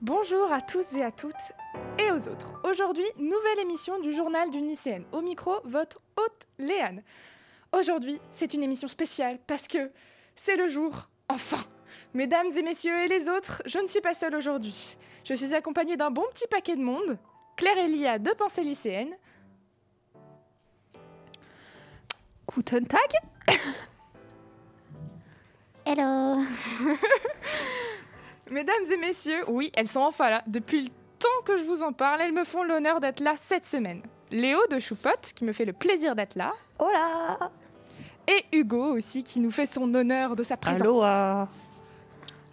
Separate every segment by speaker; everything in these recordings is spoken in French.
Speaker 1: Bonjour à tous et à toutes et aux autres. Aujourd'hui, nouvelle émission du journal d'une lycéenne. Au micro, votre hôte Léane. Aujourd'hui, c'est une émission spéciale parce que c'est le jour, enfin. Mesdames et messieurs et les autres, je ne suis pas seule aujourd'hui. Je suis accompagnée d'un bon petit paquet de monde. Claire et Lia de Pensée lycéenne.
Speaker 2: Guten Tag
Speaker 3: Hello
Speaker 1: Mesdames et messieurs, oui, elles sont enfin là. Depuis le temps que je vous en parle, elles me font l'honneur d'être là cette semaine. Léo de Choupotte, qui me fait le plaisir d'être là.
Speaker 2: Hola
Speaker 1: Et Hugo aussi, qui nous fait son honneur de sa présence.
Speaker 4: euh,
Speaker 2: Aloha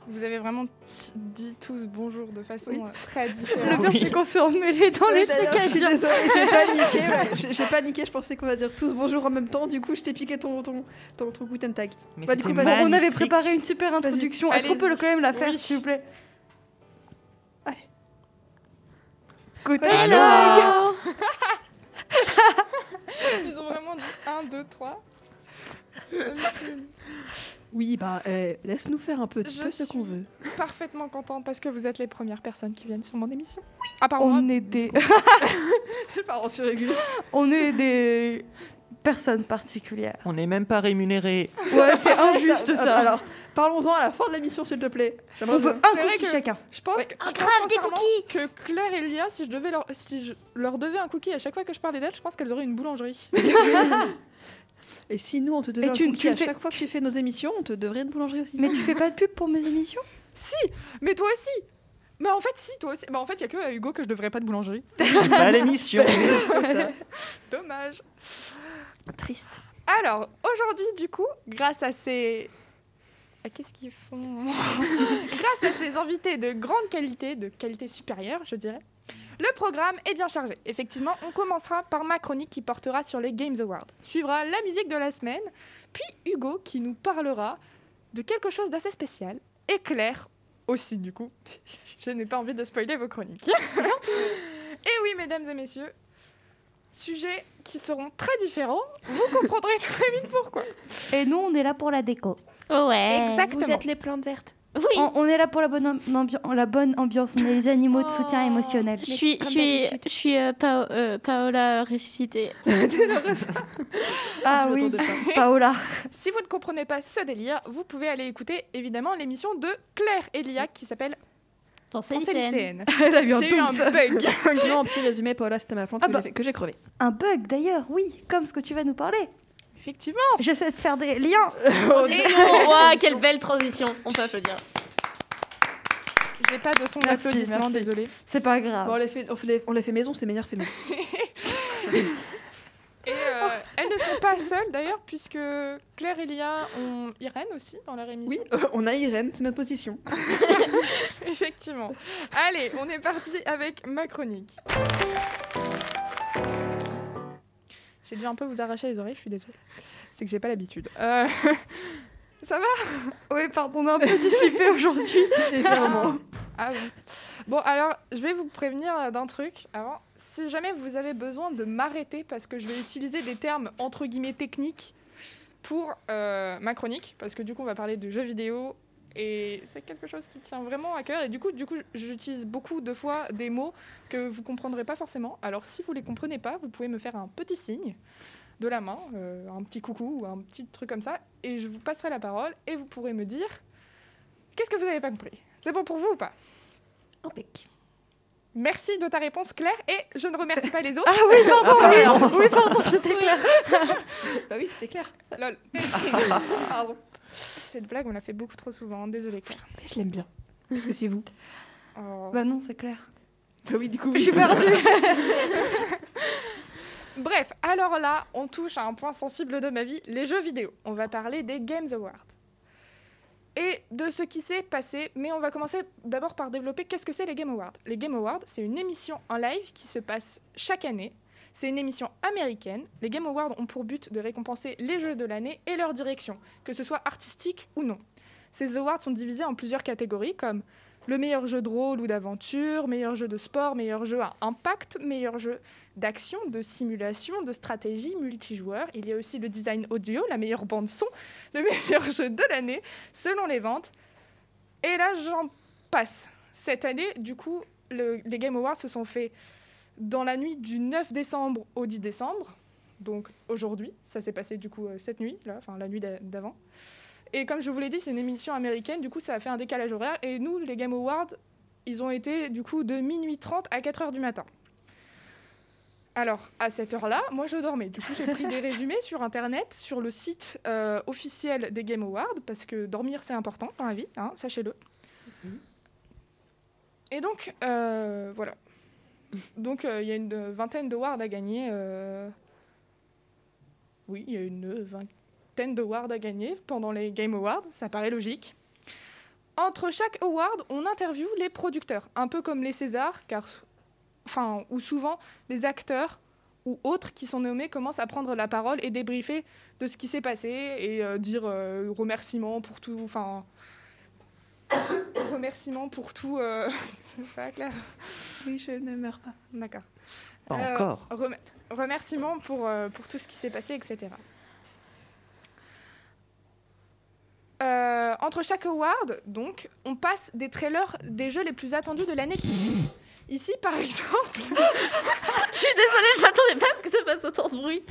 Speaker 1: Vous avez vraiment t- dit tous bonjour de façon
Speaker 2: Oui.
Speaker 1: euh, très
Speaker 2: Le
Speaker 1: différente.
Speaker 2: pire, c'est qu'on s'est emmêlé dans les trucs à
Speaker 5: je suis
Speaker 2: dire.
Speaker 5: désolée, j'ai paniqué, ouais, j'ai- j'ai paniqué, je pensais qu'on va dire tous bonjour en même temps, du coup je t'ai piqué ton, ton, ton, ton Guten Tag.
Speaker 4: Mais
Speaker 5: Bah, du
Speaker 4: c'était
Speaker 5: coup,
Speaker 2: Bon, on avait
Speaker 4: magnifique.
Speaker 2: préparé une super introduction. Est-ce qu'on peut le-
Speaker 1: Allez-y.
Speaker 2: quand même la faire,
Speaker 1: Oui.
Speaker 2: s'il vous plaît Allez.
Speaker 1: Guten
Speaker 2: Guten
Speaker 1: Tag.
Speaker 2: Tag
Speaker 1: Ils ont vraiment dit 1, 2, 3.
Speaker 2: Oui, bah,
Speaker 5: eh,
Speaker 2: euh, laisse-nous faire un peu
Speaker 1: Je
Speaker 2: peu ce qu'on
Speaker 1: suis
Speaker 2: veut.
Speaker 1: Parfaitement content parce que vous êtes les premières personnes qui viennent sur mon émission. À part moi.
Speaker 2: On est des...
Speaker 5: Je pars en surrégulier.
Speaker 2: on est des personnes particulières.
Speaker 4: On n'est même pas rémunéré.
Speaker 2: Ouais, c'est injuste, ça.
Speaker 5: Alors, parlons-en à la fin de la mission, s'il te plaît. J'aimerais
Speaker 2: On veut
Speaker 5: bien.
Speaker 2: un
Speaker 1: C'est vrai
Speaker 2: cookie
Speaker 1: que-
Speaker 2: chacun.
Speaker 1: Je pense
Speaker 2: Ouais.
Speaker 1: que,
Speaker 3: Ah,
Speaker 1: je
Speaker 3: grave,
Speaker 1: pense
Speaker 3: des
Speaker 1: sincèrement
Speaker 3: cookies
Speaker 1: que Claire et Lia, si je devais leur, si je leur devais un cookie à chaque fois que je parlais d'elles, je pense qu'elles auraient une boulangerie.
Speaker 5: Et si nous on te devait
Speaker 2: Et
Speaker 5: un
Speaker 2: tu-
Speaker 5: cookie
Speaker 2: tu
Speaker 5: à
Speaker 2: le fais-
Speaker 5: chaque fois que tu fais nos émissions, on te devrait une boulangerie aussi.
Speaker 2: Mais tu fais pas de pub pour mes émissions
Speaker 1: si, mais toi aussi. Mais en fait, si, toi aussi. Bah, en fait, il y a que à Hugo que je devrais pas de boulangerie.
Speaker 4: J'ai pas l'émission.
Speaker 1: Dommage.
Speaker 5: Triste.
Speaker 1: Alors, aujourd'hui, du coup, grâce à ces. Ah, Qu'est-ce qu'ils font Grâce à ces invités de grande qualité, de qualité supérieure, je dirais, le programme est bien chargé. Effectivement, on commencera par ma chronique qui portera sur les Games Awards. Suivra la musique de la semaine, puis Hugo qui nous parlera de quelque chose d'assez spécial, et Claire aussi, du coup. Je n'ai pas envie de spoiler vos chroniques. et oui, mesdames et messieurs, sujets qui seront très différents, vous comprendrez très vite pourquoi.
Speaker 2: Et nous, on est là pour la déco.
Speaker 3: Ouais.
Speaker 1: Exactement.
Speaker 5: Eh, Vous êtes les plantes vertes.
Speaker 3: Oui.
Speaker 2: On, on est là pour la bonne, ambi- ambiance- la bonne ambiance. On est les animaux de soutien
Speaker 5: Oh.
Speaker 2: émotionnel.
Speaker 3: Je suis, je
Speaker 5: comme
Speaker 3: suis,
Speaker 5: d'habitude.
Speaker 3: je suis euh, Pao- euh, Paola ressuscitée.
Speaker 2: Ah
Speaker 5: Je
Speaker 2: oui,
Speaker 5: m'attendais
Speaker 2: Paola.
Speaker 1: Si vous ne comprenez pas ce délire, vous pouvez aller écouter évidemment l'émission de Claire Elia qui s'appelle
Speaker 3: Pensez
Speaker 1: Pensée lycéenne.
Speaker 2: Elle a eu
Speaker 1: J'ai eu un bug.
Speaker 5: Non, en petit résumé, Paola, c'était ma plante
Speaker 2: Ah
Speaker 5: que
Speaker 2: bah.
Speaker 5: j'ai fait- que j'ai crevé.
Speaker 2: Un bug d'ailleurs, oui, comme ce que tu vas nous parler.
Speaker 1: Effectivement.
Speaker 2: J'essaie de faire des liens.
Speaker 3: Waouh, quelle belle transition. On peut applaudir.
Speaker 1: J'ai pas de son
Speaker 2: Merci,
Speaker 1: d'applaudissement,
Speaker 2: merci.
Speaker 1: désolé.
Speaker 2: C'est pas grave.
Speaker 5: Bon, on les fait, on fait les- on les fait maison, c'est meilleur fait maison.
Speaker 1: Et euh, elles ne sont pas seules d'ailleurs, puisque Claire Elia ont Irène aussi dans leur émission.
Speaker 5: Oui, euh, on a Irène, c'est notre position.
Speaker 1: Effectivement. Allez, on est parti avec ma chronique. J'ai dû un peu vous arracher les oreilles, je suis désolée. C'est que j'ai pas l'habitude. Euh, Ça va
Speaker 2: Oui, pardon, on a un peu dissipé aujourd'hui.
Speaker 5: Légèrement.
Speaker 1: Ah oui. Bon, alors, je vais vous prévenir euh, d'un truc avant. Si jamais vous avez besoin de m'arrêter parce que je vais utiliser des termes entre guillemets techniques pour euh, ma chronique, parce que du coup, on va parler de jeux vidéo et c'est quelque chose qui me tient vraiment à cœur. Et du coup, du coup, j'utilise beaucoup de fois des mots que vous comprendrez pas forcément. Alors, si vous les comprenez pas, vous pouvez me faire un petit signe de la main, euh, un petit coucou ou un petit truc comme ça, et je vous passerai la parole et vous pourrez me dire qu'est-ce que vous n'avez pas compris. C'est bon pour vous ou pas Merci de ta réponse, Claire, et je ne remercie pas les autres.
Speaker 2: Ah oui, pardon, oui, oui, pardon, c'était clair.
Speaker 5: Bah oui, c'était clair.
Speaker 1: Lol.
Speaker 5: Pardon.
Speaker 1: Cette blague, on l'a fait beaucoup trop souvent. Désolée, Claire.
Speaker 5: Mais Ah, je l'aime bien. Parce que c'est vous.
Speaker 1: Oh.
Speaker 2: Bah non, c'est clair.
Speaker 5: Bah oui, du coup.
Speaker 2: Je suis perdue.
Speaker 1: Bref, alors là, on touche à un point sensible de ma vie, les jeux vidéo. On va parler des Games Awards. Et de ce qui s'est passé, mais on va commencer d'abord par développer qu'est-ce que c'est les Game Awards. Les Game Awards, c'est une émission en live qui se passe chaque année. C'est une émission américaine. Les Game Awards ont pour but de récompenser les jeux de l'année et leur direction, que ce soit artistique ou non. Ces awards sont divisés en plusieurs catégories comme le meilleur jeu de rôle ou d'aventure, meilleur jeu de sport, meilleur jeu à impact, meilleur jeu d'action, de simulation, de stratégie multijoueur. Il y a aussi le design audio, la meilleure bande son, le meilleur jeu de l'année, selon les ventes. Et là, j'en passe. cette année, du coup, le- les Game Awards se sont faits dans la nuit du 9 décembre au 10 décembre. Donc aujourd'hui, ça s'est passé du coup euh, cette nuit, là, enfin la nuit d'a- d'avant. Et comme je vous l'ai dit, c'est une émission américaine, du coup ça a fait un décalage horaire. Et nous, les Game Awards, ils ont été du coup de minuit 30 à 4 heures du matin. Alors, à cette heure-là, moi je dormais. Du coup, j'ai pris des résumés sur Internet, sur le site euh, officiel des Game Awards, parce que dormir c'est important dans la vie, hein, sachez-le. Et donc, euh, voilà. Donc, euh, il y a une euh, vingtaine de wards à gagner. euh, Oui, il y a une vingtaine de wards à gagner pendant les Game Awards, ça paraît logique. Entre chaque award, on interviewe les producteurs, un peu comme les Césars, car, enfin, ou souvent les acteurs ou autres qui sont nommés commencent à prendre la parole et débriefer de ce qui s'est passé et euh, dire euh, remerciements pour tout, enfin, remerciements pour tout. euh, pas clair.
Speaker 5: Oui, je ne meurs pas.
Speaker 1: D'accord.
Speaker 4: Pas
Speaker 1: Euh,
Speaker 4: encore.
Speaker 1: Rem- remerciements pour, euh, pour tout ce qui s'est passé, etc. Euh, entre chaque award, donc, on passe des trailers des jeux les plus attendus de l'année qui suit. Ici, par exemple,
Speaker 3: Je suis désolée, je m'attendais pas à ce que ça fasse autant de bruit.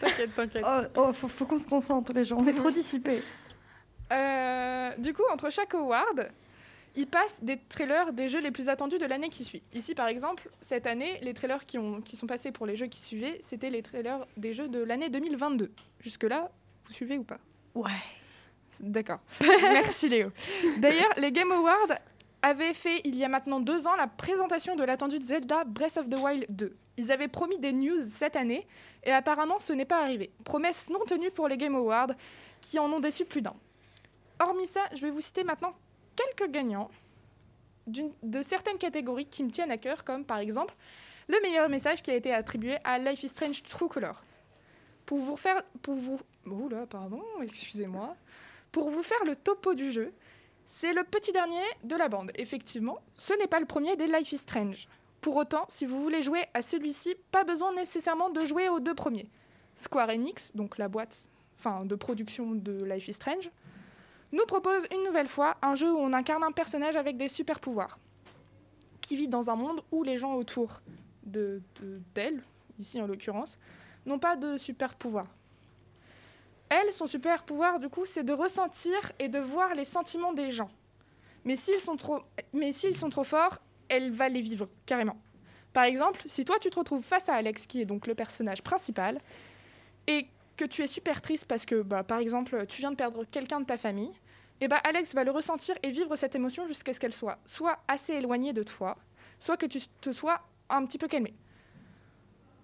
Speaker 1: t'inquiète, t'inquiète.
Speaker 2: Oh, oh, faut, faut qu'on se concentre, les gens. On est trop dissipés.
Speaker 1: Euh, du coup, entre chaque award, ils passent des trailers des jeux les plus attendus de l'année qui suit. Ici, par exemple, cette année, les trailers qui, ont, qui sont passés pour les jeux qui suivaient, c'était les trailers des jeux de l'année 2022. Jusque-là, vous suivez ou pas
Speaker 3: Ouais.
Speaker 1: D'accord. Merci Léo. D'ailleurs, les Game Awards avaient fait, il y a maintenant deux ans, la présentation de l'attendue de Zelda Breath of the Wild 2. Ils avaient promis des news cette année, et apparemment ce n'est pas arrivé. Promesse non tenue pour les Game Awards, qui en ont déçu plus d'un. Hormis ça, je vais vous citer maintenant quelques gagnants d'une- de certaines catégories qui me tiennent à cœur, comme par exemple le meilleur message qui a été attribué à Life is Strange True Color. Pour vous faire, pour vous, oula, pardon, excusez-moi. Pour vous faire le topo du jeu, c'est le petit dernier de la bande. Effectivement, ce n'est pas le premier des Life is Strange. Pour autant, si vous voulez jouer à celui-ci, pas besoin nécessairement de jouer aux deux premiers. Square Enix, donc la boîte enfin, de production de Life is Strange, nous propose une nouvelle fois un jeu où on incarne un personnage avec des super pouvoirs, qui vit dans un monde où les gens autour de de- d'elle, ici en l'occurrence, n'ont pas de super pouvoirs. Elle, son super pouvoir, du coup, c'est de ressentir et de voir les sentiments des gens. Mais s'ils sont trop, mais s'ils sont trop forts, elle va les vivre, carrément. Par exemple, si toi, tu te retrouves face à Alex, qui est donc le personnage principal, et que tu es super triste parce que, bah, par exemple, tu viens de perdre quelqu'un de ta famille, et bah, Alex va le ressentir et vivre cette émotion jusqu'à ce qu'elle soit soit assez éloignée de toi, soit que tu te sois un petit peu calmé.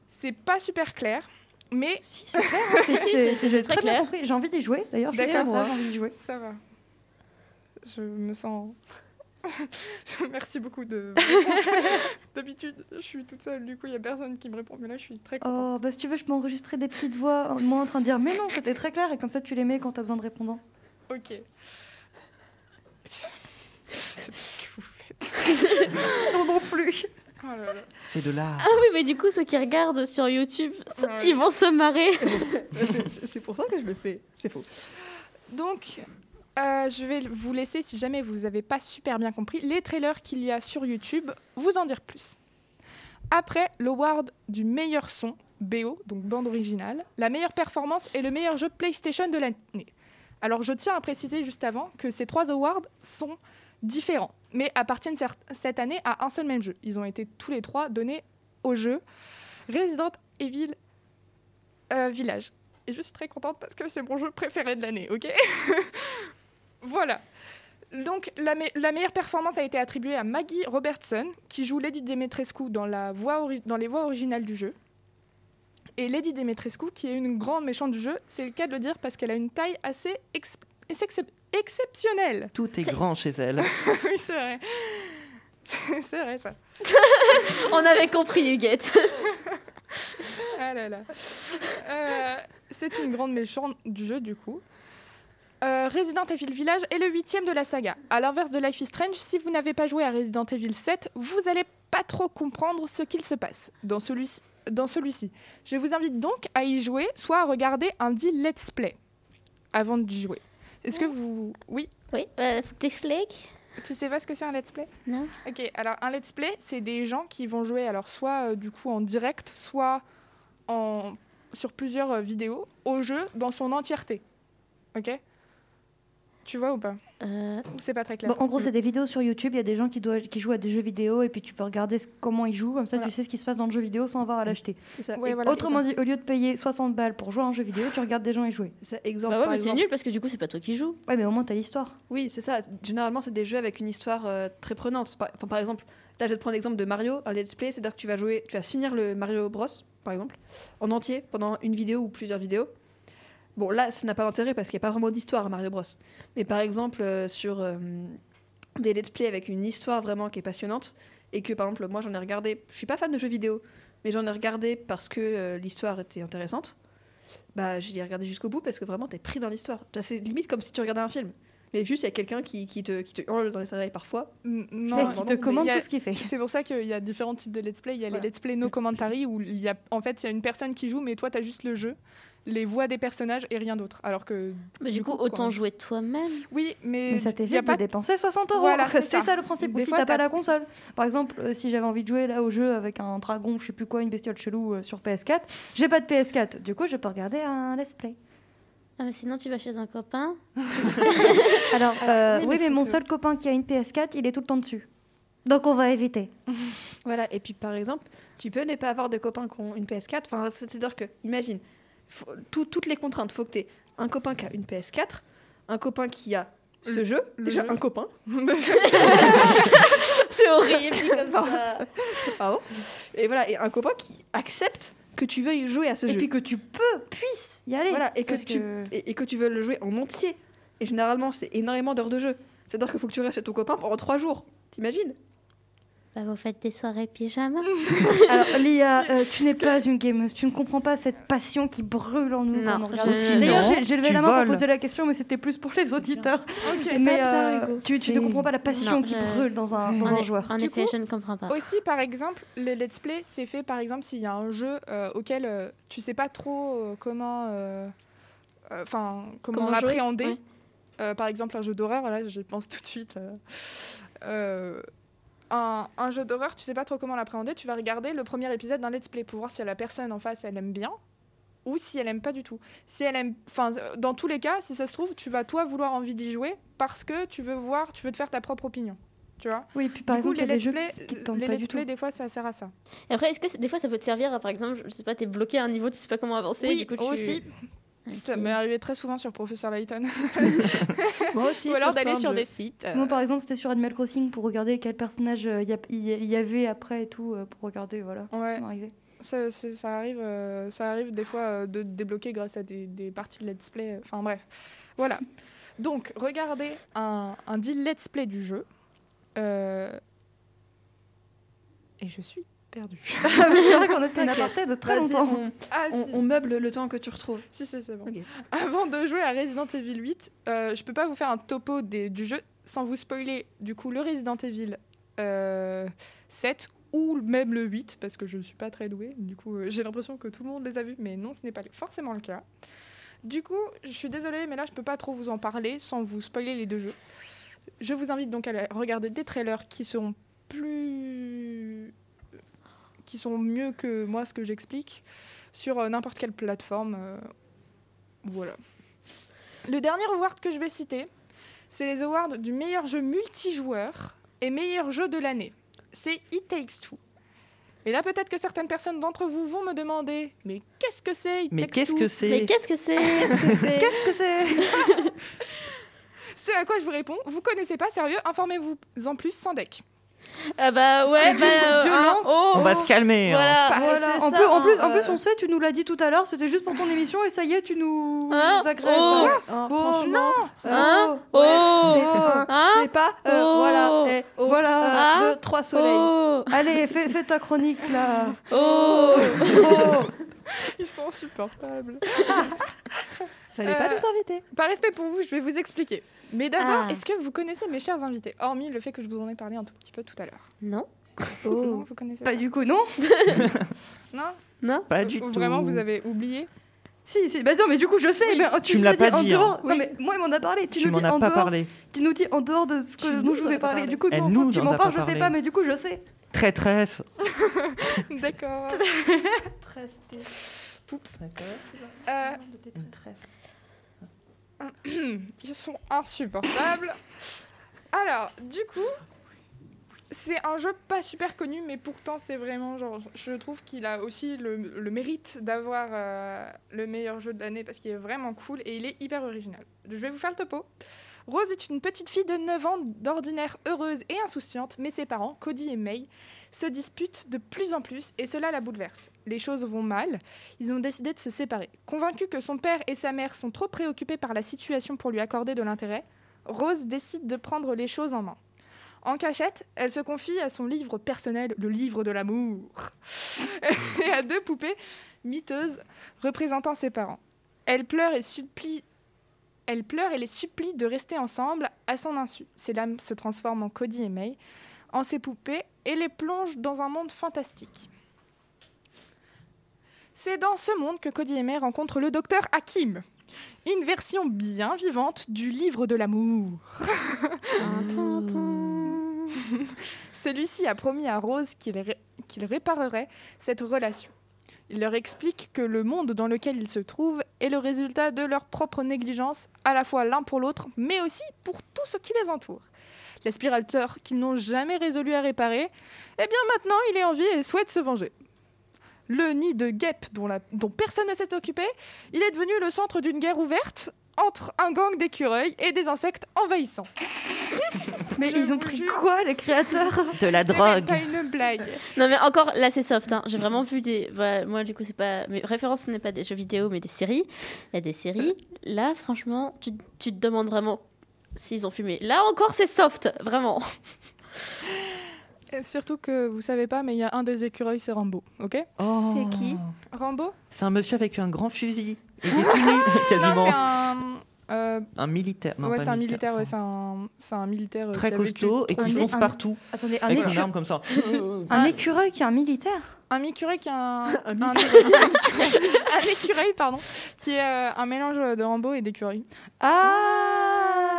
Speaker 1: C'est pas super clair, mais
Speaker 2: Si, c'est clair. C'est-
Speaker 3: Si,
Speaker 2: c'est-
Speaker 3: c'est-
Speaker 2: c'est-
Speaker 3: c'est
Speaker 2: J'ai
Speaker 3: très
Speaker 2: très bien
Speaker 3: clair.
Speaker 2: compris. J'ai envie d'y jouer, d'ailleurs. c'est
Speaker 1: D'accord,
Speaker 2: pour
Speaker 1: moi.
Speaker 2: ça, j'ai envie d'y jouer.
Speaker 1: Ça va. Je me sens. Merci beaucoup de. D'habitude, je suis toute seule, du coup, il n'y a personne qui me répond, mais là, je suis très contente.
Speaker 2: Oh, bah si tu veux, je peux enregistrer des petites voix, euh, moi en train de dire mais non, c'était très clair, et comme ça tu les mets quand t'as besoin de répondants. Oh.
Speaker 1: Ok. C'est pas ce que vous faites.
Speaker 2: Non, non plus.
Speaker 1: Oh là là.
Speaker 4: C'est de là.
Speaker 3: Ah oui, mais du coup, ceux qui regardent sur YouTube, ça-
Speaker 1: Ouais.
Speaker 3: ils vont se marrer.
Speaker 5: C'est- c'est c'est pour ça que je le fais. C'est faux.
Speaker 1: Donc, euh, je vais vous laisser, si jamais vous n'avez pas super bien compris, les trailers qu'il y a sur YouTube, vous en dire plus. Après, l'award du meilleur son, BO, donc bande originale, la meilleure performance et le meilleur jeu PlayStation de l'année. Alors, je tiens à préciser juste avant que ces trois awards sont différents, mais appartiennent cer- cette année à un seul même jeu. Ils ont été tous les trois donnés au jeu Resident Evil euh, Village. Et je suis très contente parce que c'est mon jeu préféré de l'année, ok Voilà. Donc, la, me- la meilleure performance a été attribuée à Maggie Robertson, qui joue Lady Demetrescu dans, la voix ori- dans les voix originales du jeu. Et Lady Demetrescu, qui est une grande méchante du jeu, c'est le cas de le dire parce qu'elle a une taille assez ex- ex- exceptionnelle.
Speaker 4: Tout est grand chez elle.
Speaker 1: oui, c'est vrai. c'est vrai, ça.
Speaker 3: On avait compris, Huguette.
Speaker 1: Ah là là. Euh, c'est une grande méchante du jeu, du coup. Euh, Resident Evil Village est le huitième de la saga. À l'inverse de Life is Strange, si vous n'avez pas joué à Resident Evil 7, vous allez pas trop comprendre ce qu'il se passe dans celui-ci. Dans celui-ci. Je vous invite donc à y jouer, soit à regarder un dit let's play avant d'y jouer. Est-ce que vous... Oui
Speaker 3: Oui, euh, bah, faut que t'expliques.
Speaker 1: Tu sais pas ce que c'est un let's play
Speaker 3: Non.
Speaker 1: Ok, alors un let's play, c'est des gens qui vont jouer alors soit euh, du coup en direct, soit en sur plusieurs euh, vidéos au jeu dans son entièreté. Ok Tu vois ou pas
Speaker 3: Euh,
Speaker 1: Ou C'est pas très clair.
Speaker 2: Bon, Bah, en gros, c'est des vidéos sur YouTube. Il y a des gens qui, doivent, qui jouent à des jeux vidéo et puis tu peux regarder ce- comment ils jouent. Comme ça,
Speaker 1: Voilà.
Speaker 2: tu sais ce qui se passe dans le jeu vidéo sans avoir à l'acheter.
Speaker 5: C'est ça.
Speaker 1: Ouais,
Speaker 5: Et-
Speaker 1: voilà, c'est
Speaker 2: Autrement dit, au lieu de payer 60 balles pour jouer à un jeu vidéo, tu regardes des gens y jouer.
Speaker 5: ça, exemple,
Speaker 3: Bah ouais,
Speaker 5: par
Speaker 3: mais c'est
Speaker 5: exemple.
Speaker 3: nul parce que du coup, c'est pas toi qui joues.
Speaker 2: Ouais, mais au moins, t'as l'histoire.
Speaker 5: Oui, c'est ça. Généralement, c'est des jeux avec une histoire euh, très prenante. Par, enfin, par exemple, là, je vais te prendre l'exemple de Mario. Un let's play, c'est-à-dire que tu vas jouer, tu vas finir le Mario Bros, par exemple, en entier, pendant une vidéo ou plusieurs vidéos. Bon, là, ça n'a pas d'intérêt parce qu'il n'y a pas vraiment d'histoire à Mario Bros. Mais par exemple, euh, sur euh, des let's play avec une histoire vraiment qui est passionnante, et que par exemple, moi, j'en ai regardé, je suis pas fan de jeux vidéo, mais j'en ai regardé parce que euh, l'histoire était intéressante. Bah, j'y ai regardé jusqu'au bout parce que vraiment, t'es pris dans l'histoire. Ça, C'est limite comme si tu regardais un film. Mais juste, il y a quelqu'un qui, qui, te, qui te hurle dans les oreilles parfois.
Speaker 1: Mm,
Speaker 5: Ouais,
Speaker 1: Non,
Speaker 2: Et qui
Speaker 5: non,
Speaker 2: te
Speaker 5: mais
Speaker 2: commande
Speaker 1: il y a-
Speaker 2: tout ce qu'il fait.
Speaker 1: C'est pour ça qu'il y a différents types de let's play. Il y a
Speaker 5: Voilà.
Speaker 1: les let's play no commentary où il y a, en fait, il y a une personne qui joue, mais toi, tu as juste le jeu, les voix des personnages et rien d'autre. Alors que,
Speaker 3: Mais du,
Speaker 1: Du
Speaker 3: coup,
Speaker 1: coup,
Speaker 3: autant
Speaker 1: quoi.
Speaker 3: jouer toi-même.
Speaker 1: oui, mais,
Speaker 2: Mais ça t'est
Speaker 1: il y a
Speaker 2: fait
Speaker 1: pas
Speaker 2: de dépenser 60 euros.
Speaker 1: Voilà, c'est
Speaker 2: c'est
Speaker 1: ça.
Speaker 2: ça. le principe.
Speaker 1: Des
Speaker 2: si
Speaker 1: fois,
Speaker 2: t'as pas
Speaker 1: t'as-
Speaker 2: la console. Par exemple, euh, si j'avais envie de jouer là au jeu avec un dragon, je sais plus quoi, une bestiole chelou euh, sur PS4, j'ai pas de PS4. Du coup, je peux regarder un let's play.
Speaker 3: Ah, mais sinon, tu vas chez un copain.
Speaker 2: Alors, euh,
Speaker 5: oui,
Speaker 2: oui,
Speaker 5: mais
Speaker 2: mais
Speaker 5: faut
Speaker 2: mon
Speaker 5: que-
Speaker 2: seul copain qui a une PS4, il est tout le temps dessus. Donc, on va éviter.
Speaker 5: Voilà, et puis par exemple, tu peux ne pas avoir de copains qui ont une PS4. Enfin, c'est- c'est-à-dire que, imagine, faut- tout- toutes les contraintes, faut que tu aies un copain qui a une PS4, un copain qui a ce
Speaker 1: Le-
Speaker 5: jeu,
Speaker 1: le
Speaker 5: déjà
Speaker 1: jeu.
Speaker 5: un copain,
Speaker 3: C'est horrible comme ça.
Speaker 5: pardon, et voilà, et un copain qui accepte que tu veuilles jouer à ce
Speaker 2: Et
Speaker 5: jeu.
Speaker 2: puis que tu peux, puisses y aller.
Speaker 5: voilà, et que,
Speaker 2: Parce
Speaker 5: tu, Et, et que tu veux le jouer en entier. Et généralement, c'est énormément d'heures de jeu. C'est-à-dire qu'il faut que tu restes chez ton copain pendant trois jours. T'imagines
Speaker 3: Bah, vous faites des soirées pyjama.
Speaker 2: Alors, Lia, euh, tu n'es pas une gameuse. Tu ne comprends pas cette passion qui brûle en nous.
Speaker 3: Non,
Speaker 2: quand on regarde
Speaker 3: je-
Speaker 2: un film. D'ailleurs,
Speaker 4: non,
Speaker 2: j'ai- j'ai levé
Speaker 4: tu
Speaker 2: la main
Speaker 4: voles.
Speaker 2: pour poser la question, mais c'était plus pour les auditeurs.
Speaker 1: Ok.
Speaker 2: Mais
Speaker 5: pas ça,
Speaker 2: euh,
Speaker 5: Hugo.
Speaker 2: tu, tu ne
Speaker 4: C'est-
Speaker 2: comprends pas la passion
Speaker 3: Non,
Speaker 2: qui
Speaker 3: je-
Speaker 2: brûle dans un, dans
Speaker 3: En
Speaker 2: un
Speaker 3: e-
Speaker 2: joueur.
Speaker 3: En
Speaker 1: Du
Speaker 3: effet,
Speaker 1: coup,
Speaker 3: je ne comprends pas.
Speaker 1: Aussi, par exemple, le let's play, c'est fait par exemple s'il y a un jeu euh, auquel euh, tu sais pas trop euh, comment, euh, euh, enfin comment,
Speaker 3: Comment jouer,
Speaker 1: l'appréhender.
Speaker 3: ouais.
Speaker 1: Euh, par exemple, un jeu d'horreur, là, je pense tout de suite. euh, euh, un, un jeu d'horreur, tu sais pas trop comment l'appréhender, tu vas regarder le premier épisode d'un let's play pour voir si la personne en face elle aime bien ou si elle aime pas du tout. Si elle aime, enfin, euh, dans tous les cas, si ça se trouve, tu vas toi vouloir envie d'y jouer parce que tu veux voir, tu veux te faire ta propre opinion. Tu vois
Speaker 2: Oui, puis par
Speaker 1: du
Speaker 2: exemple,
Speaker 1: coup, les
Speaker 2: il y a des
Speaker 1: let's
Speaker 2: jeux
Speaker 1: play,
Speaker 2: qui te
Speaker 1: euh,
Speaker 2: tentent
Speaker 1: les
Speaker 2: pas
Speaker 1: let's
Speaker 2: du
Speaker 1: play,
Speaker 2: tout.
Speaker 1: des fois, ça sert à ça.
Speaker 3: Et après, est-ce que c'est- des fois ça peut te servir à, par exemple, je sais pas, t'es bloqué à un niveau, tu sais pas comment avancer.
Speaker 1: Oui,
Speaker 3: du coup, tu...
Speaker 1: aussi.
Speaker 3: Ok.
Speaker 1: Ça m'est arrivé très souvent sur Professeur Layton.
Speaker 5: Moi aussi.
Speaker 1: Ou alors d'aller
Speaker 5: plein de
Speaker 1: sur
Speaker 5: jeux.
Speaker 1: des sites. euh,
Speaker 2: Moi, par exemple, c'était sur Animal Crossing pour regarder quel personnage euh, il y a- il y, a- il y avait après et tout, euh, pour regarder, voilà.
Speaker 1: Ouais.
Speaker 2: Ça m'est arrivé.
Speaker 1: ça, ça- ça arrive, euh, ça arrive des fois euh, de te débloquer grâce à des, des parties de let's play. euh, Enfin bref, voilà. Donc regardez un, un dit let's play du jeu. Euh, Et je suis perdue.
Speaker 2: C'est vrai qu'on a fait un
Speaker 5: Ok.
Speaker 2: aparté de très
Speaker 5: Vas-y,
Speaker 2: longtemps.
Speaker 5: on-
Speaker 1: Ah
Speaker 5: on- on meuble le temps que tu retrouves.
Speaker 1: Si, si, c'est bon.
Speaker 5: Ok.
Speaker 1: Avant de jouer à Resident Evil 8, euh, je peux pas vous faire un topo des- du jeu sans vous spoiler du coup le Resident Evil euh, 7 ou même le 8 parce que je suis pas très douée. Du coup, euh, j'ai l'impression que tout le monde les a vus, mais non, ce n'est pas forcément le cas. Du coup, je suis désolée, mais là, je peux pas trop vous en parler sans vous spoiler les deux jeux. Je vous invite donc à la- regarder des trailers qui sont plus. qui sont mieux que moi ce que j'explique sur euh, n'importe quelle plateforme. euh, voilà. Le dernier award que je vais citer, c'est les awards du meilleur jeu multijoueur et meilleur jeu de l'année. C'est It Takes Two. Et là, peut-être que certaines personnes d'entre vous vont me demander Mais qu'est-ce que c'est It
Speaker 4: Mais
Speaker 1: Takes
Speaker 4: qu'est-ce
Speaker 1: Two
Speaker 4: que
Speaker 3: Mais
Speaker 4: c'est
Speaker 3: qu'est-ce que c'est
Speaker 2: Qu'est-ce que c'est
Speaker 1: Ce à quoi je vous réponds, vous connaissez pas, sérieux, informez-vous en plus sans deck.
Speaker 3: Ah bah ouais, bah. euh, hein, oh,
Speaker 4: On va
Speaker 3: oh,
Speaker 4: se calmer. hein.
Speaker 3: Voilà.
Speaker 2: Voilà,
Speaker 5: c'est
Speaker 2: en,
Speaker 5: ça,
Speaker 2: plus, en,
Speaker 5: hein,
Speaker 2: plus, en
Speaker 5: euh.
Speaker 2: plus, on sait, tu nous l'as dit tout à l'heure, c'était juste pour ton émission et ça y est, tu nous
Speaker 3: Hein
Speaker 5: Ah,
Speaker 2: agresses.
Speaker 3: Oh.
Speaker 5: Hein,
Speaker 2: Oh,
Speaker 5: franchement, euh,
Speaker 3: Hein
Speaker 5: ouais,
Speaker 3: Oh
Speaker 5: c'est-
Speaker 3: Hein
Speaker 5: c'est pas euh,
Speaker 3: Oh.
Speaker 5: voilà eh, oh,
Speaker 2: Voilà.
Speaker 5: euh,
Speaker 3: Ah.
Speaker 5: deux trois soleils.
Speaker 3: Oh
Speaker 2: Allez, fais, fais ta chronique là.
Speaker 3: Oh
Speaker 1: Ils sont insupportables.
Speaker 2: Fallait
Speaker 1: pas
Speaker 2: pas
Speaker 1: Euh.
Speaker 2: nous inviter.
Speaker 1: Par respect pour vous, je vais vous expliquer. Mais d'abord,
Speaker 3: Ah.
Speaker 1: est-ce que vous connaissez mes chers invités Hormis le fait que je vous en ai parlé un tout petit peu tout à l'heure.
Speaker 3: Non
Speaker 2: Oh.
Speaker 1: Non, vous connaissez
Speaker 2: Bah,
Speaker 1: pas
Speaker 2: du coup, non.
Speaker 1: Non
Speaker 3: Non
Speaker 4: Pas du
Speaker 1: Ou
Speaker 4: tout.
Speaker 1: Vraiment, vous avez oublié
Speaker 2: Si, si. Bah non, mais du coup, je sais.
Speaker 3: Oui.
Speaker 2: mais tu,
Speaker 4: Tu me
Speaker 2: nous as
Speaker 4: l'as pas
Speaker 2: en
Speaker 4: dit, hein.
Speaker 2: dehors. Non,
Speaker 5: Oui.
Speaker 2: mais moi, il m'en a parlé. Tu,
Speaker 4: Tu
Speaker 2: nous
Speaker 4: m'en
Speaker 2: dis
Speaker 4: as
Speaker 2: en
Speaker 4: pas
Speaker 2: dehors.
Speaker 4: parlé.
Speaker 2: Tu nous dis en dehors de ce
Speaker 5: Tu
Speaker 2: que
Speaker 5: nous
Speaker 2: nous, je vous
Speaker 5: en
Speaker 2: ai
Speaker 5: as pas
Speaker 2: parlé.
Speaker 5: parlé.
Speaker 2: Du coup,
Speaker 4: Elle
Speaker 2: non,
Speaker 4: nous
Speaker 2: sans que tu
Speaker 4: en
Speaker 2: m'en
Speaker 4: a
Speaker 2: parles,
Speaker 4: pas
Speaker 2: je sais
Speaker 4: parlé.
Speaker 2: pas, mais du coup, je sais.
Speaker 4: Très trèfle.
Speaker 1: D'accord. Euh, ils sont insupportables. Alors, du coup, c'est un jeu pas super connu, mais pourtant c'est vraiment genre, je trouve qu'il a aussi le, le mérite d'avoir euh, le meilleur jeu de l'année parce qu'il est vraiment cool et il est hyper original. Je vais vous faire le topo. Rose est une petite fille de 9 ans, d'ordinaire heureuse et insouciante, mais ses parents, Cody et May, se disputent de plus en plus et cela la bouleverse. Les choses vont mal, ils ont décidé de se séparer. Convaincus que son père et sa mère sont trop préoccupés par la situation pour lui accorder de l'intérêt, Rose décide de prendre les choses en main. En cachette, elle se confie à son livre personnel, le livre de l'amour, et à deux poupées miteuses représentant ses parents. Elle pleure et supplie. Elle pleure et les supplie de rester ensemble à son insu. Ses lames se transforment en Cody et May, en ses poupées, et les plonge dans un monde fantastique. C'est dans ce monde que Cody et May rencontrent le docteur Hakim, une version bien vivante du livre de l'amour. Celui-ci a promis à Rose qu'il ré- qu'il réparerait cette relation. Il leur explique que le monde dans lequel ils se trouvent est le résultat de leur propre négligence, à la fois l'un pour l'autre, mais aussi pour tout ce qui les entoure. L'aspirateur qu'ils n'ont jamais résolu à réparer, eh bien maintenant il est en vie et souhaite se venger. Le nid de guêpes dont, la- dont personne ne s'est occupé, il est devenu le centre d'une guerre ouverte entre un gang d'écureuils et des insectes envahissants.
Speaker 2: Mais
Speaker 1: Je
Speaker 2: ils ont
Speaker 1: vous
Speaker 2: pris
Speaker 1: jure.
Speaker 2: quoi, les créateurs
Speaker 4: De la
Speaker 1: C'est même
Speaker 4: drogue.
Speaker 1: pas une blague.
Speaker 3: Non mais encore là c'est soft. hein. J'ai vraiment vu des. voilà, moi du coup c'est pas. Mes références ce n'est pas des jeux vidéo mais des séries. Il y a des séries. Là franchement tu, tu te demandes vraiment s'ils ont fumé. Là encore c'est soft vraiment.
Speaker 1: Et surtout que vous savez pas, mais il y a un des écureuils, c'est Rambo, ok
Speaker 4: Oh.
Speaker 3: C'est qui
Speaker 1: Rambo
Speaker 4: C'est un monsieur avec un grand fusil. Et des tenues,
Speaker 1: Non,
Speaker 4: quasiment.
Speaker 1: c'est
Speaker 4: un...
Speaker 1: un. euh,
Speaker 4: militaire. Non,
Speaker 1: ouais,
Speaker 4: pas
Speaker 1: c'est un militaire, ouais, c'est
Speaker 4: enfin,
Speaker 1: un, c'est un militaire. euh,
Speaker 4: Très
Speaker 1: qui a vécu
Speaker 4: costaud et
Speaker 1: trop
Speaker 4: qui
Speaker 1: longtemps.
Speaker 4: fonce
Speaker 2: un-
Speaker 4: partout
Speaker 2: Attendez, un,
Speaker 4: avec
Speaker 2: écu-
Speaker 4: une arme comme ça.
Speaker 2: un écureuil qui est un militaire
Speaker 1: Un écureuil qui a un.
Speaker 5: Un
Speaker 1: un écureuil- un écureuil, pardon, qui est euh, un mélange de Rambo et d'écureuil.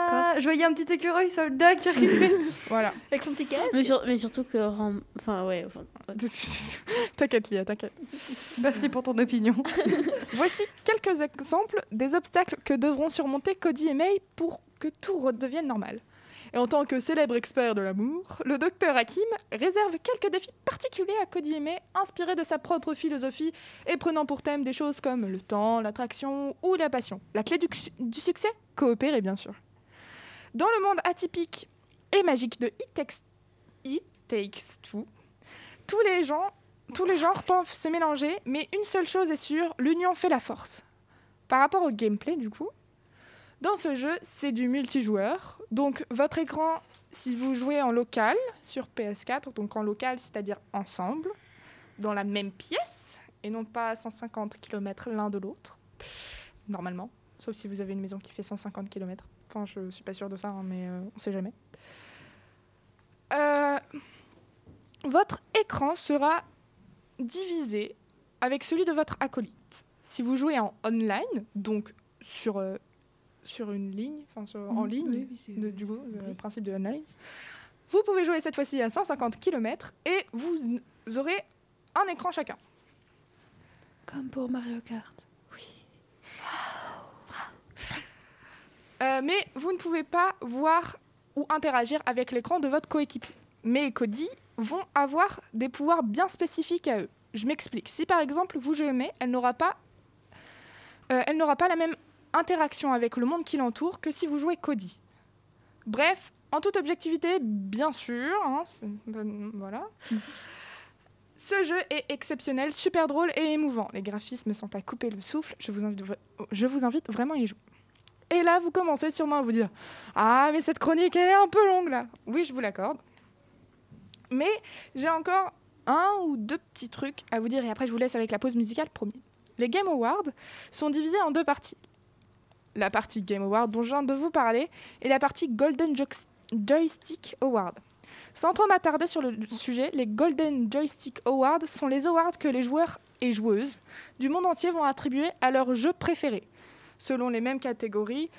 Speaker 2: Ah Je voyais un petit écureuil soldat qui arrivait.
Speaker 1: Voilà.
Speaker 5: Avec son petit casque.
Speaker 3: Mais, sur- mais surtout que. Ram- Enfin ouais. enfin,
Speaker 1: t'inquiète, Lia, t'inquiète.
Speaker 2: Merci Bah, pour ton opinion.
Speaker 1: Voici quelques exemples des obstacles que devront surmonter Cody et May pour que tout redevienne normal. Et en tant que célèbre expert de l'amour, le docteur Hakim réserve quelques défis particuliers à Cody et May, inspirés de sa propre philosophie et prenant pour thème des choses comme le temps, l'attraction ou la passion. La clé du, du succès Coopérer, bien sûr. Dans le monde atypique et magique de It Takes, It Takes Two, tous les gens tous les genres peuvent se mélanger, mais une seule chose est sûre, l'union fait la force. Par rapport au gameplay, du coup, dans ce jeu, c'est du multijoueur. Donc, votre écran, si vous jouez en local sur PS4, donc en local, c'est-à-dire ensemble, dans la même pièce, et non pas à 150 km l'un de l'autre, normalement, sauf si vous avez une maison qui fait 150 km. Enfin, je suis pas sûre de ça, hein, mais euh, on sait jamais. Euh, votre écran sera divisé avec celui de votre acolyte. Si vous jouez en online, donc sur, euh, sur une ligne, enfin sur- en ligne, de- du coup, le principe de online, vous pouvez jouer cette fois-ci à 150 km et vous n- aurez un écran chacun.
Speaker 5: Comme pour Mario Kart.
Speaker 1: Euh, mais vous ne pouvez pas voir ou interagir avec l'écran de votre coéquipier. Mais Cody vont avoir des pouvoirs bien spécifiques à eux. Je m'explique. Si par exemple vous jouez, elle n'aura pas, euh, elle n'aura pas la même interaction avec le monde qui l'entoure que si vous jouez Cody. Bref, en toute objectivité, bien sûr. hein, c'est- ben, voilà. Ce jeu est exceptionnel, super drôle et émouvant. Les graphismes sont à couper le souffle. Je vous invite, je vous invite vraiment à y jouer. Et là, vous commencez sûrement à vous dire Ah, mais cette chronique, elle est un peu longue là. Oui, je vous l'accorde. Mais j'ai encore un ou deux petits trucs à vous dire et après, je vous laisse avec la pause musicale, promis. Les Game Awards sont divisés en deux parties. La partie Game Award dont je viens de vous parler et la partie Golden Jox- Joystick Award. Sans trop m'attarder sur le sujet, les Golden Joystick Awards sont les awards que les joueurs et joueuses du monde entier vont attribuer à leur jeu préféré, selon les mêmes catégories,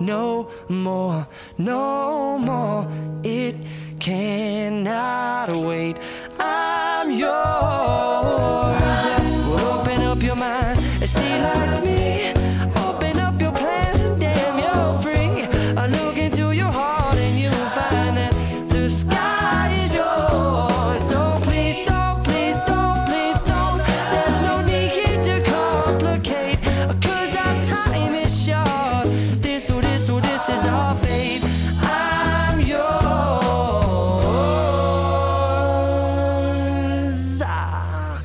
Speaker 6: no more, no more. It cannot wait. I'm yours. Well, open up your mind and see like me. Open up your plans and damn, you're free. I look into your heart and you'll find that the sky is yours. So please don't, please don't, please don't. There's no need to complicate. Cause our time is short. This, oh, this, oh, this is our fate. I'm yours. Ah.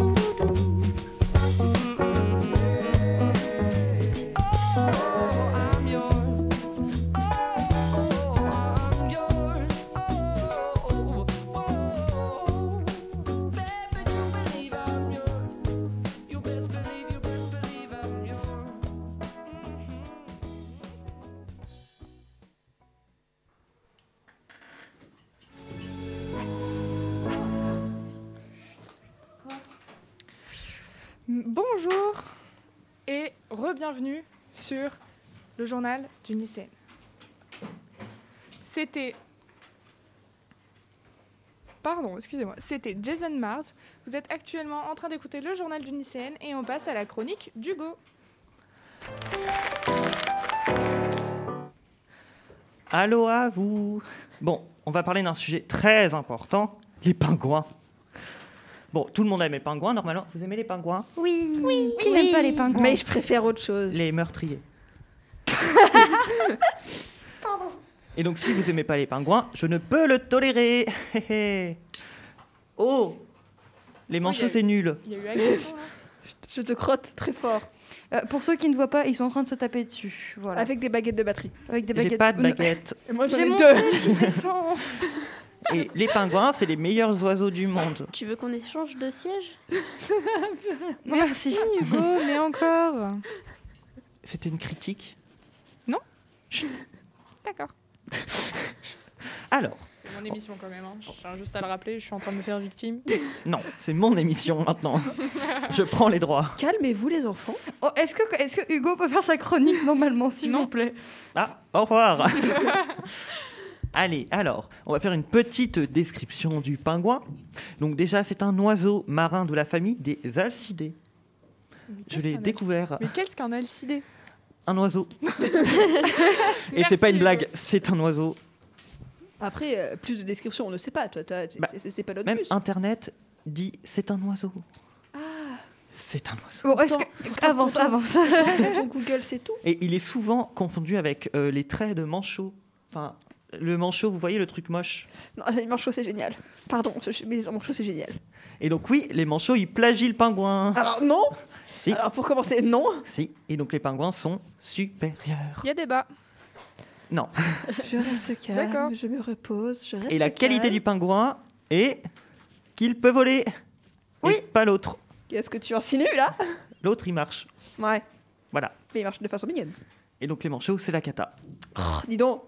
Speaker 6: Oh, I'm yours. Oh, I'm yours. Oh, oh, oh. Baby, you believe I'm yours. You best believe, you best believe I'm yours.
Speaker 1: Bonjour et re-bienvenue sur le journal d'une lycéenne. C'était. Pardon, excusez-moi. C'était Jason Mars. Vous êtes actuellement en train d'écouter le journal d'une lycéenne et on passe à la chronique d'Hugo.
Speaker 4: Allô à vous Bon, on va parler d'un sujet très important, les pingouins. Bon, tout le monde aime les pingouins, normalement. Vous aimez les pingouins
Speaker 2: Oui. Qui n'aime pas les pingouins
Speaker 5: Mais je préfère autre chose.
Speaker 4: Les meurtriers. Et donc, si vous aimez pas les pingouins, je ne peux le tolérer. Hé, hé. oh Les manchots,
Speaker 1: Oui,
Speaker 4: c'est nul.
Speaker 1: Il y a eu agression, hein. là
Speaker 5: Je te crotte très fort.
Speaker 2: Euh, pour ceux qui ne voient pas, ils sont en train de se taper dessus. Voilà.
Speaker 5: Avec des baguettes de batterie.
Speaker 2: Avec des
Speaker 4: J'ai
Speaker 2: baguettes.
Speaker 4: pas de baguette.
Speaker 5: Et moi, j'en
Speaker 2: J'ai
Speaker 5: ai
Speaker 2: mon
Speaker 5: deux.
Speaker 1: Descends.
Speaker 4: Et les pingouins, c'est les meilleurs oiseaux du monde.
Speaker 3: Tu veux qu'on échange de siège
Speaker 2: Non, merci.
Speaker 1: Hugo, mais encore.
Speaker 4: C'était une critique.
Speaker 1: D'accord.
Speaker 4: Alors,
Speaker 1: C'est mon émission quand même. hein. Je tiens juste à le rappeler, je suis en train de me faire victime.
Speaker 4: non, c'est mon émission maintenant. Je prends les droits.
Speaker 5: Calmez-vous, les enfants.
Speaker 2: Oh, est-ce que est-ce que Hugo peut faire sa chronique normalement, s'il
Speaker 1: Non.
Speaker 2: vous plaît
Speaker 4: Ah, au revoir Allez, alors, on va faire une petite description du pingouin. Donc déjà, c'est un oiseau marin de la famille des alcidés. Je l'ai découvert,
Speaker 1: Mais qu'est-ce qu'un alcidé
Speaker 4: un oiseau. Et
Speaker 1: Merci,
Speaker 4: c'est pas une
Speaker 1: Hugo.
Speaker 4: blague, c'est un oiseau.
Speaker 5: Après, euh, plus de description, on ne sait pas. Toi, t'as- c'est
Speaker 4: Bah,
Speaker 5: c'est- c'est pas
Speaker 4: Même
Speaker 5: l'autre
Speaker 4: Internet dit c'est un oiseau.
Speaker 5: Ah,
Speaker 4: C'est un oiseau.
Speaker 2: Bon, est-ce
Speaker 5: Pourtant-
Speaker 2: que avance,
Speaker 5: pourtant-
Speaker 2: avance.
Speaker 5: ton Google, c'est tout.
Speaker 4: Et il est souvent confondu avec euh, les traits de manchot. Enfin, le manchot, vous voyez le truc moche.
Speaker 5: Non, les manchots, c'est génial. Pardon, je- je- mais les manchots, c'est génial.
Speaker 4: Et donc oui, les manchots, ils plagient le pingouin.
Speaker 5: Alors, non
Speaker 4: Si,
Speaker 5: Alors, pour commencer, non
Speaker 4: si. Et donc les pingouins sont supérieurs.
Speaker 1: Il y a débat.
Speaker 4: Non.
Speaker 5: Je reste
Speaker 1: D'accord.
Speaker 5: calme, je me repose, je reste
Speaker 4: Et la qualité
Speaker 5: calme.
Speaker 4: du pingouin est qu'il peut voler.
Speaker 5: Oui.
Speaker 4: Et pas l'autre.
Speaker 5: Qu'est-ce que tu insinues, là
Speaker 4: L'autre, il marche.
Speaker 5: Ouais.
Speaker 4: Voilà.
Speaker 5: Mais il marche de façon mignonne.
Speaker 4: Et donc les manchots, c'est la cata.
Speaker 5: Oh, dis donc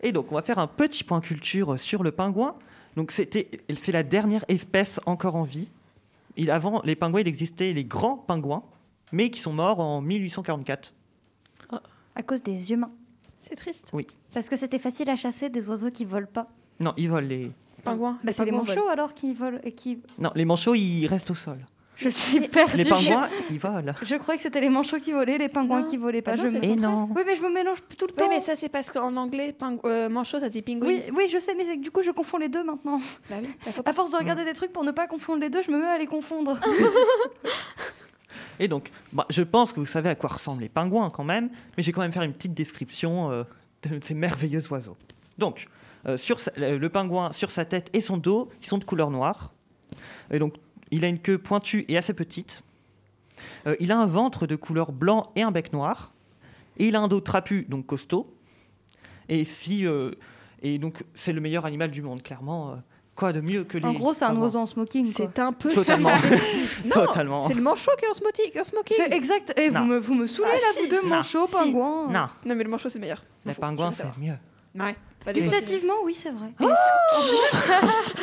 Speaker 4: Et donc on va faire un petit point culture sur le pingouin. Donc c'était, c'est la dernière espèce encore en vie. Il, avant les pingouins, il existait les grands pingouins, mais qui sont morts en 1844.
Speaker 2: À cause des humains.
Speaker 5: C'est triste.
Speaker 2: Parce que c'était facile à chasser des oiseaux qui volent pas.
Speaker 4: Non, ils volent les.
Speaker 5: Pingouin.
Speaker 2: Bah, c'est les
Speaker 5: pingouins
Speaker 2: manchots alors qui volent et qui.
Speaker 4: Non, les manchots, ils restent au sol.
Speaker 2: Je suis perdue.
Speaker 4: Les pingouins, ils volent.
Speaker 2: Je croyais que c'était les manchots qui volaient, les pingouins
Speaker 5: Non.
Speaker 2: qui volaient pas.
Speaker 5: Bah non,
Speaker 2: je
Speaker 5: c'est
Speaker 2: me-
Speaker 5: le
Speaker 4: Et non.
Speaker 2: Oui, mais je me mélange tout le temps.
Speaker 5: Oui, mais ça, c'est parce qu'en anglais, ping... euh, manchot, ça se dit penguins.
Speaker 2: Oui, oui, je sais, mais c'est que du coup, je confonds les deux maintenant.
Speaker 5: Bah oui, bah, faut pas-
Speaker 2: À force de regarder
Speaker 4: Mm.
Speaker 2: des trucs pour ne pas confondre les deux, je me mets à les confondre.
Speaker 4: Et donc, bah, je pense que vous savez à quoi ressemblent les pingouins quand même, mais j'ai quand même faire une petite description euh, de ces merveilleux oiseaux. Donc, euh, sur sa- le le pingouin, sur sa tête et son dos, ils sont de couleur noire. Et donc, il a une queue pointue et assez petite. Euh, il a un ventre de couleur blanc et un bec noir. Et il a un dos trapu, donc costaud. Et si, euh, et donc, c'est le meilleur animal du monde, clairement. euh, quoi de mieux que les
Speaker 2: En gros, c'est un
Speaker 4: pingouins
Speaker 2: oiseau en smoking. quoi.
Speaker 5: C'est un peu...
Speaker 4: Totalement.
Speaker 5: non,
Speaker 4: Totalement.
Speaker 5: c'est le manchot qui est en smoking. En smoking.
Speaker 2: C'est exact. Et vous
Speaker 4: Non. Ah,
Speaker 2: me, vous me saoulez là, vous deux
Speaker 4: Non.
Speaker 2: manchots,
Speaker 5: Si.
Speaker 2: pingouins.
Speaker 4: Non,
Speaker 5: Non, mais le manchot, c'est meilleur.
Speaker 4: les
Speaker 5: Faut-
Speaker 4: pingouins,
Speaker 5: je veux
Speaker 4: c'est mieux.
Speaker 5: savoir. Ouais. Vas-y, continue.
Speaker 2: Gustativement, oui, c'est vrai.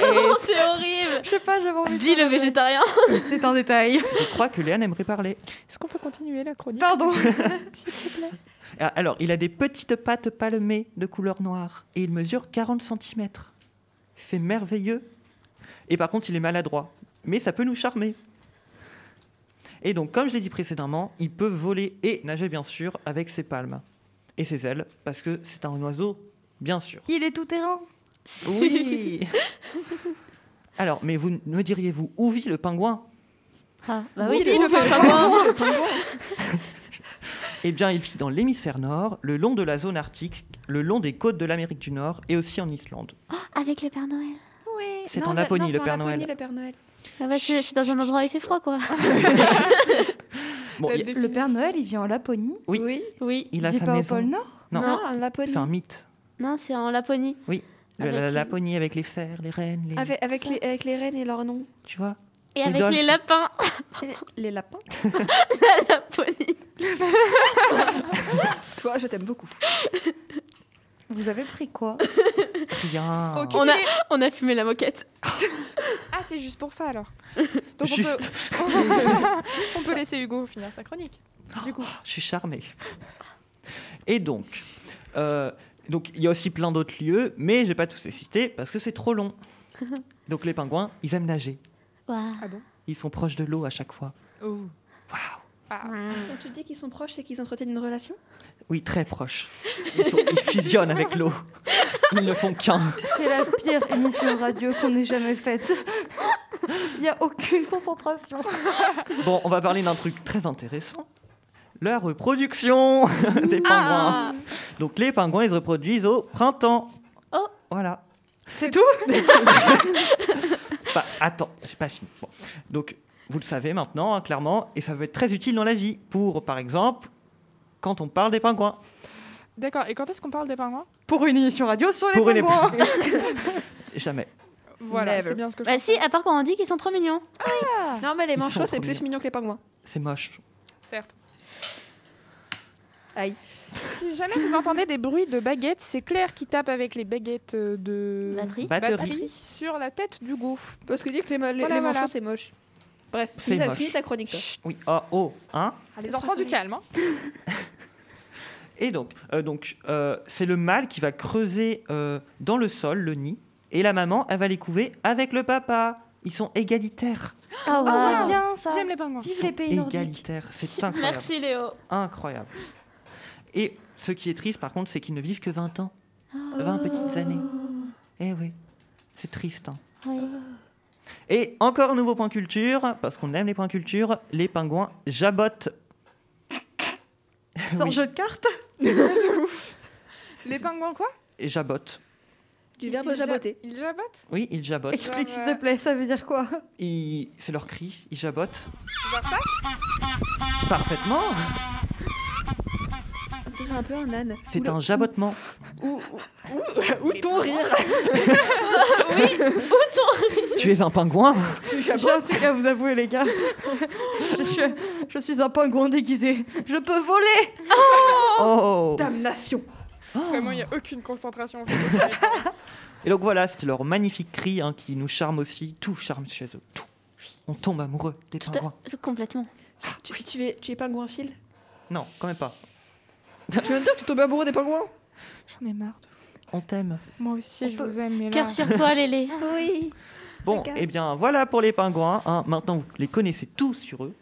Speaker 3: Oh, c'est horrible
Speaker 2: Je sais pas, j'avais envie de
Speaker 3: Dis le
Speaker 2: dire-
Speaker 3: végétarien
Speaker 2: C'est un détail.
Speaker 4: Je crois que Léane aimerait parler.
Speaker 1: Est-ce qu'on peut continuer la chronique
Speaker 2: Pardon.
Speaker 4: Ah, Alors, il a des petites pattes palmées de couleur noire et il mesure 40 cm. C'est merveilleux. Et par contre, il est maladroit, mais ça peut nous charmer. Et donc, comme je l'ai dit précédemment, il peut voler et nager, bien sûr, avec ses palmes et ses ailes, parce que c'est un oiseau, bien sûr.
Speaker 2: Il est tout terrain.
Speaker 4: Oui Alors, mais vous me diriez-vous, où vit le pingouin
Speaker 3: Ah, bah
Speaker 5: Oui,
Speaker 3: oui,
Speaker 5: le
Speaker 3: le pingouin
Speaker 4: Eh bien, il vit dans l'hémisphère nord, le long de la zone arctique, le long des côtes de l'Amérique du Nord et aussi en Islande.
Speaker 3: hein. Avec le Père Noël
Speaker 5: Ouais.
Speaker 4: C'est
Speaker 5: Non,
Speaker 4: en
Speaker 5: la-
Speaker 4: Laponie,
Speaker 5: non,
Speaker 4: le
Speaker 5: c'est en
Speaker 4: Père
Speaker 5: Laponie,
Speaker 4: Noël.
Speaker 5: le Père Noël.
Speaker 3: Ah bah, c'est c'est dans un endroit où il fait froid, quoi
Speaker 4: Bon,
Speaker 5: Euh,
Speaker 4: il-
Speaker 2: Le Père Noël, il vit en Laponie.
Speaker 4: Oui.
Speaker 3: Oui.
Speaker 4: Il a
Speaker 2: vit
Speaker 4: sa
Speaker 2: pas
Speaker 4: maison.
Speaker 2: au pôle Nord.
Speaker 4: Non.
Speaker 5: Non,
Speaker 3: Non.
Speaker 5: en Laponie.
Speaker 4: C'est un mythe.
Speaker 3: Non, c'est en Laponie.
Speaker 4: Le-
Speaker 3: Avec
Speaker 4: la
Speaker 3: les-
Speaker 4: Laponie avec les cerfs, les rennes, les...
Speaker 5: Avec, avec, les, avec les reines et leurs noms.
Speaker 4: tu vois.
Speaker 3: Et
Speaker 4: Les
Speaker 3: avec
Speaker 4: dolphins.
Speaker 3: les lapins
Speaker 5: Les lapins.
Speaker 3: La Laponie
Speaker 5: Toi, je t'aime beaucoup.
Speaker 2: Vous avez pris quoi
Speaker 4: Rien.
Speaker 1: Ok.
Speaker 3: on a, on a fumé la moquette.
Speaker 1: Ah, c'est juste pour ça alors. Donc on, peut,
Speaker 4: Juste.
Speaker 1: on peut laisser Hugo finir sa chronique. Du coup,
Speaker 4: Je suis charmé. Et donc, euh, donc il y a aussi plein d'autres lieux, mais j'ai pas tous les cités parce que c'est trop long. Donc les pingouins, ils aiment nager.
Speaker 3: Waouh.
Speaker 1: Ah bon
Speaker 4: Ils sont proches de l'eau à chaque fois.
Speaker 1: Oh.
Speaker 3: Ah.
Speaker 1: Ah.
Speaker 5: Quand tu dis qu'ils sont proches, c'est qu'ils entretiennent une relation
Speaker 4: Oui, très proches. Ils, sont- ils fusionnent avec l'eau. Ils ne font qu'un.
Speaker 2: C'est la pire émission radio qu'on ait jamais faite. Il n'y a aucune concentration.
Speaker 4: Bon, on va parler d'un truc très intéressant. La reproduction des pingouins.
Speaker 3: Ah.
Speaker 4: Donc les pingouins, ils se reproduisent au printemps.
Speaker 3: Oh.
Speaker 4: Voilà.
Speaker 2: C'est tout
Speaker 4: Bah, attends, j'ai pas fini. Bon. Donc vous le savez maintenant, hein, clairement, et ça va être très utile dans la vie. Pour, par exemple, quand on parle des pingouins.
Speaker 1: D'accord, et quand est-ce qu'on parle des pingouins
Speaker 2: Pour une émission radio sur les
Speaker 4: Pour une
Speaker 2: pingouins.
Speaker 4: Jamais.
Speaker 1: Voilà,
Speaker 5: Never.
Speaker 1: c'est bien ce que je
Speaker 3: Bah si, à part quand on dit qu'ils sont trop mignons.
Speaker 5: Non, mais les
Speaker 4: Ils
Speaker 5: manchots,
Speaker 4: sont
Speaker 5: c'est
Speaker 4: trop
Speaker 5: plus mignon que les pingouins.
Speaker 4: C'est moche.
Speaker 1: Certes.
Speaker 5: Aïe.
Speaker 1: Si jamais vous entendez des bruits de baguettes, c'est Claire qui tape avec les baguettes euh, de
Speaker 3: Batterie.
Speaker 4: Batterie.
Speaker 1: sur la tête du gouffre.
Speaker 5: Parce que tu dis que les, mo- les-
Speaker 1: Voilà,
Speaker 5: les
Speaker 1: voilà.
Speaker 5: manchots, c'est moche. Bref,
Speaker 4: C'est
Speaker 5: finis,
Speaker 4: moche.
Speaker 5: finis ta chronique. toi.
Speaker 4: Chut, oui. Ah, oh, hein
Speaker 1: les enfants du calme. hein.
Speaker 4: Et donc, euh, donc euh, c'est le mâle qui va creuser euh, dans le sol le nid, et la maman, elle va les couver avec le papa. Ils sont égalitaires.
Speaker 5: Oh,
Speaker 3: Ah
Speaker 2: Ah,
Speaker 3: waouh.
Speaker 2: c'est bien ça.
Speaker 1: J'aime les pingouins.
Speaker 4: Ils
Speaker 2: Vive
Speaker 4: sont
Speaker 2: les pays nordiques.
Speaker 4: égalitaires. C'est incroyable.
Speaker 3: Merci Léo.
Speaker 4: Incroyable. Et ce qui est triste, par contre, c'est qu'ils ne vivent que 20 ans.
Speaker 2: Ah.
Speaker 4: 20 petites années. Eh oui, c'est triste. hein.
Speaker 3: Oui.
Speaker 4: Et encore un nouveau point culture, parce qu'on aime les points culture, les pingouins jabotent.
Speaker 2: C'est un
Speaker 4: Oui.
Speaker 2: jeu de cartes
Speaker 1: Les pingouins quoi
Speaker 4: Jabotent.
Speaker 5: Du verbe
Speaker 1: Ils ja-
Speaker 5: jaboter.
Speaker 1: Ils jabotent
Speaker 4: Oui, ils jabotent.
Speaker 2: Explique
Speaker 1: Genre,
Speaker 2: s'il te plaît, ça veut dire quoi
Speaker 4: Ils- C'est leur cri, ils jabotent.
Speaker 1: Genre ça
Speaker 4: Parfaitement
Speaker 5: On dirait un peu un âne.
Speaker 4: C'est un jabotement.
Speaker 5: Ou ton rire.
Speaker 4: tu es un pingouin
Speaker 2: J'ai un truc à vous avouer, les gars. je, suis, je suis un pingouin déguisé. Je peux voler
Speaker 4: Oh
Speaker 5: Damnation.
Speaker 1: Vraiment, il n'y a aucune concentration. en fait.
Speaker 4: Et donc voilà, c'était leur magnifique cri hein, qui nous charme aussi. Tout charme chez eux. Tout. On tombe amoureux des
Speaker 3: Tout à-
Speaker 4: pingouins.
Speaker 3: Complètement.
Speaker 5: Tu, tu es, tu es pingouin fil
Speaker 4: Non, quand même pas.
Speaker 5: Tu viens de dire que tu tombes amoureux des pingouins
Speaker 1: J'en ai marre. de vous.
Speaker 4: On t'aime.
Speaker 1: Moi aussi,
Speaker 2: On
Speaker 1: je
Speaker 2: peut-
Speaker 1: vous aime. Mais là...
Speaker 3: Cœur sur toi Lélé.
Speaker 5: Oui.
Speaker 4: Bon,
Speaker 5: D'accord.
Speaker 4: eh bien voilà pour les pingouins. hein. Maintenant, vous les connaissez tous sur eux.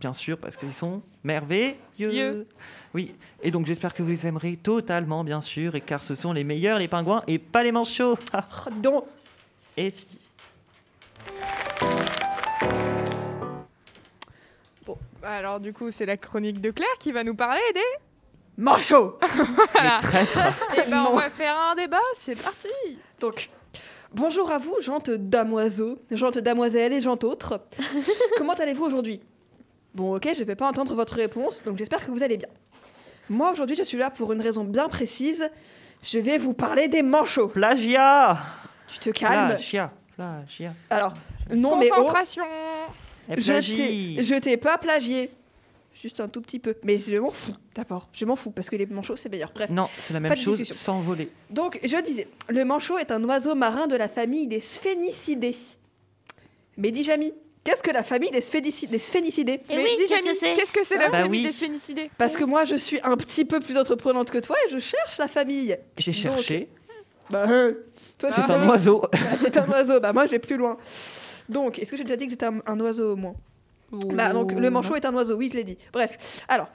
Speaker 4: Bien sûr, parce qu'ils sont merveilleux.
Speaker 1: Yeux.
Speaker 4: Oui, et donc j'espère que vous les aimerez totalement, bien sûr, et car ce sont les meilleurs, les pingouins, et pas les manchots. Ah,
Speaker 5: Oh, dis donc.
Speaker 4: et si.
Speaker 1: Alors du coup, c'est la chronique de Claire qui va nous parler des...
Speaker 5: Manchot
Speaker 1: Voilà.
Speaker 4: Les traîtres.
Speaker 1: Eh ben, on
Speaker 5: Non.
Speaker 1: va faire un débat, c'est parti
Speaker 5: Donc, bonjour à vous, gentes damoiseaux, gentes damoiselles et gentes autres. Comment allez-vous aujourd'hui Bon, ok, je ne vais pas entendre votre réponse, donc j'espère que vous allez bien. Moi, aujourd'hui, je suis là pour une raison bien précise. Je vais vous parler des manchots.
Speaker 4: Plagiat
Speaker 5: Tu te calmes
Speaker 4: Plagiat Plagiat
Speaker 5: Alors, non, mais oh,
Speaker 1: Concentration
Speaker 4: Eh,
Speaker 5: je
Speaker 4: plagie.
Speaker 5: t'ai- je t'ai pas plagié. Juste un tout petit peu. Mais je m'en fous, d'abord. Je m'en fous, parce que les manchots, c'est meilleur. Bref.
Speaker 4: Non, c'est la même
Speaker 5: Pas de
Speaker 4: chose,
Speaker 5: discussion.
Speaker 4: s'envoler.
Speaker 5: Donc, je disais, le manchot est un oiseau marin de la famille des sphénicidés. Mais dis Jamy, qu'est-ce que la famille des, sphénici- des sphénicidés
Speaker 1: Mais
Speaker 3: Et Eh oui,
Speaker 1: dis,
Speaker 3: qu'est-ce
Speaker 1: Jamie,
Speaker 3: que c'est
Speaker 1: qu'est-ce que c'est la
Speaker 4: Bah
Speaker 1: famille
Speaker 4: oui.
Speaker 1: des sphénicidés
Speaker 5: Parce que moi, je suis un petit peu plus entreprenante que toi et je cherche la famille.
Speaker 4: J'ai
Speaker 5: Donc,
Speaker 4: cherché.
Speaker 5: Bah, euh, toi,
Speaker 4: C'est
Speaker 5: t'es-
Speaker 4: un oiseau.
Speaker 5: Bah, c'est un oiseau. Bah, moi, je vais plus loin. Donc, est-ce que j'ai déjà dit que c'était un, un oiseau au moins Bah, donc, le manchot est un oiseau, oui, je l'ai dit. Bref, alors,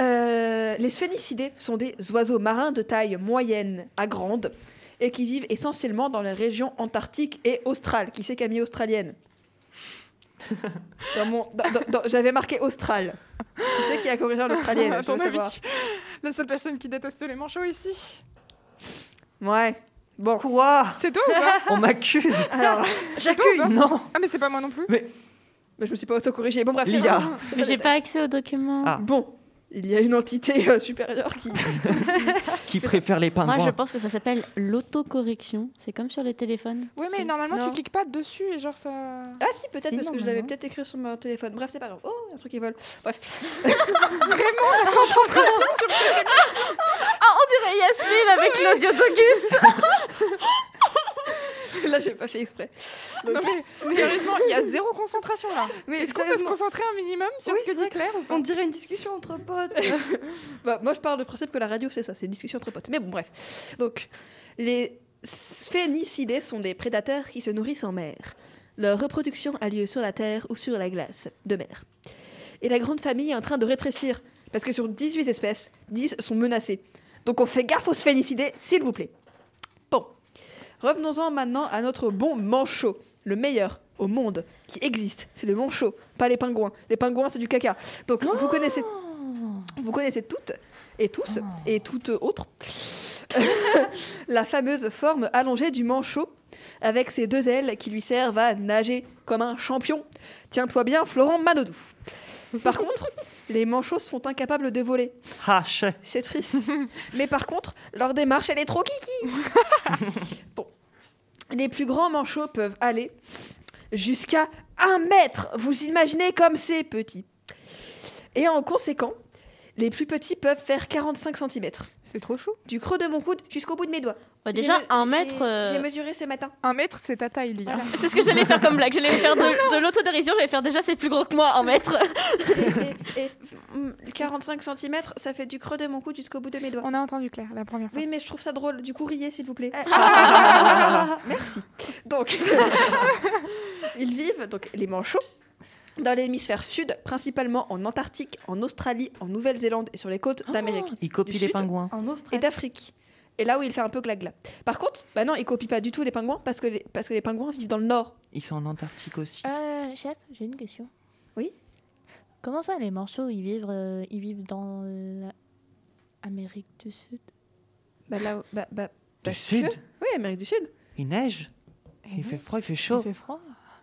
Speaker 5: euh, les sphénicidés sont des oiseaux marins de taille moyenne à grande et qui vivent essentiellement dans les régions antarctiques et australes. Qui c'est qui a mis australienne Dans mon- dans- dans- dans- J'avais marqué austral. Qui c'est qui a corrigé en australienne
Speaker 1: À
Speaker 5: Je veux
Speaker 1: ton avis,
Speaker 5: savoir.
Speaker 1: la seule personne qui déteste les manchots ici,
Speaker 5: Ouais. Bon,
Speaker 4: Quoi
Speaker 1: c'est toi ou pas
Speaker 4: On m'accuse
Speaker 5: alors,
Speaker 1: J'accuse
Speaker 4: Non
Speaker 1: Ah mais c'est pas moi non plus
Speaker 5: mais je me suis pas autocorrigée. Bon, bref, c'est
Speaker 4: L'IA.
Speaker 5: pas- c'est pas
Speaker 3: Mais j'ai
Speaker 5: la-
Speaker 3: pas accès aux documents.
Speaker 4: Ah,
Speaker 5: Bon, il y a une entité euh, supérieure qui.
Speaker 4: Qui préfère les pingouins
Speaker 3: Moi, je pense que ça s'appelle l'autocorrection. C'est comme sur les téléphones.
Speaker 1: Oui mais
Speaker 5: C'est-
Speaker 1: normalement
Speaker 5: non.
Speaker 1: tu cliques pas dessus et genre ça...
Speaker 5: Ah si, peut-être
Speaker 3: Si,
Speaker 5: parce que je l'avais
Speaker 3: normalement.
Speaker 5: peut-être écrit sur mon téléphone. Bref, c'est pas grave. Oh, un truc qui vole. Bref.
Speaker 3: Ah, on dirait Yasmine avec l'audio d'Auguste.
Speaker 5: Là, j'ai pas fait exprès.
Speaker 1: Non, mais sérieusement, il y a zéro concentration là.
Speaker 2: Mais
Speaker 1: Est-ce qu'on peut se
Speaker 2: sérieusement,
Speaker 1: concentrer un minimum sur
Speaker 2: Oui,
Speaker 1: ce
Speaker 2: c'est
Speaker 1: que dit
Speaker 2: vrai.
Speaker 1: Claire ou pas
Speaker 2: on dirait une discussion entre potes.
Speaker 5: Bah, moi, je parle de principe que la radio, c'est ça, c'est une discussion entre potes. Mais bon, bref. Donc, les sphénicidés sont des prédateurs qui se nourrissent en mer. Leur reproduction a lieu sur la terre ou sur la glace de mer. Et la grande famille est en train de rétrécir, parce que sur 18 espèces, 10 sont menacées. Donc, on fait gaffe aux sphénicidés, s'il vous plaît. Bon. Revenons-en maintenant à notre bon manchot, le meilleur au monde qui existe. C'est le manchot, pas les pingouins. Les pingouins, c'est du caca. Donc, vous connaissez vous connaissez toutes et tous et toutes autres la fameuse forme allongée du manchot avec ses deux ailes qui lui servent à nager comme un champion. Tiens-toi bien, Florent Manodou. Par contre, les manchots sont incapables de voler.
Speaker 4: Ah, chais.
Speaker 5: C'est triste. Mais par contre, leur démarche, elle est trop kiki. bon. Les plus grands manchots peuvent aller jusqu'à un mètre. Vous imaginez comme c'est petit. Et en conséquent, les plus petits peuvent faire 45 cm.
Speaker 1: C'est trop chou.
Speaker 5: Du creux de mon coude jusqu'au bout de mes doigts.
Speaker 3: Ouais, Bah, déjà,
Speaker 5: J'ai me-
Speaker 3: un
Speaker 5: j'ai-
Speaker 3: mètre. euh,
Speaker 5: J'ai mesuré ce matin.
Speaker 1: Un mètre, c'est ta taille, Lia.
Speaker 3: C'est ce que j'allais faire comme blague. J'allais faire de, de l'autodérision. J'allais faire déjà, c'est plus gros que moi, un mètre.
Speaker 5: Et- et- et 45 cm, ça fait du creux de mon coude jusqu'au bout de mes doigts.
Speaker 1: On a entendu Claire la première fois.
Speaker 5: Oui, mais je trouve ça drôle. Du coup, riez, s'il vous plaît.
Speaker 2: Ah,
Speaker 5: Merci. Donc, ils vivent, donc les manchots, dans l'hémisphère sud, principalement en Antarctique, en Australie, en Nouvelle-Zélande et sur les côtes d'Amérique
Speaker 1: Oh,
Speaker 4: Il copie
Speaker 5: Du
Speaker 4: les
Speaker 5: sud
Speaker 4: pingouins.
Speaker 2: en
Speaker 5: et
Speaker 2: Australie.
Speaker 5: d'Afrique. Et là où il fait un peu glagla. Par contre, bah non, il copie pas du tout les pingouins parce que les, parce que les pingouins vivent dans le nord.
Speaker 4: Ils sont en Antarctique aussi.
Speaker 3: Ah,
Speaker 7: Euh, chef, j'ai une question.
Speaker 5: Oui
Speaker 7: Comment ça, les manchots, ils vivent, euh, ils vivent dans l'Amérique du Sud
Speaker 5: Bah là, bah, bah,
Speaker 4: Du
Speaker 5: parce
Speaker 4: sud
Speaker 5: que- Oui, Amérique du Sud.
Speaker 4: Il neige Il
Speaker 1: Ah
Speaker 4: fait froid, il fait chaud.
Speaker 7: fait froid.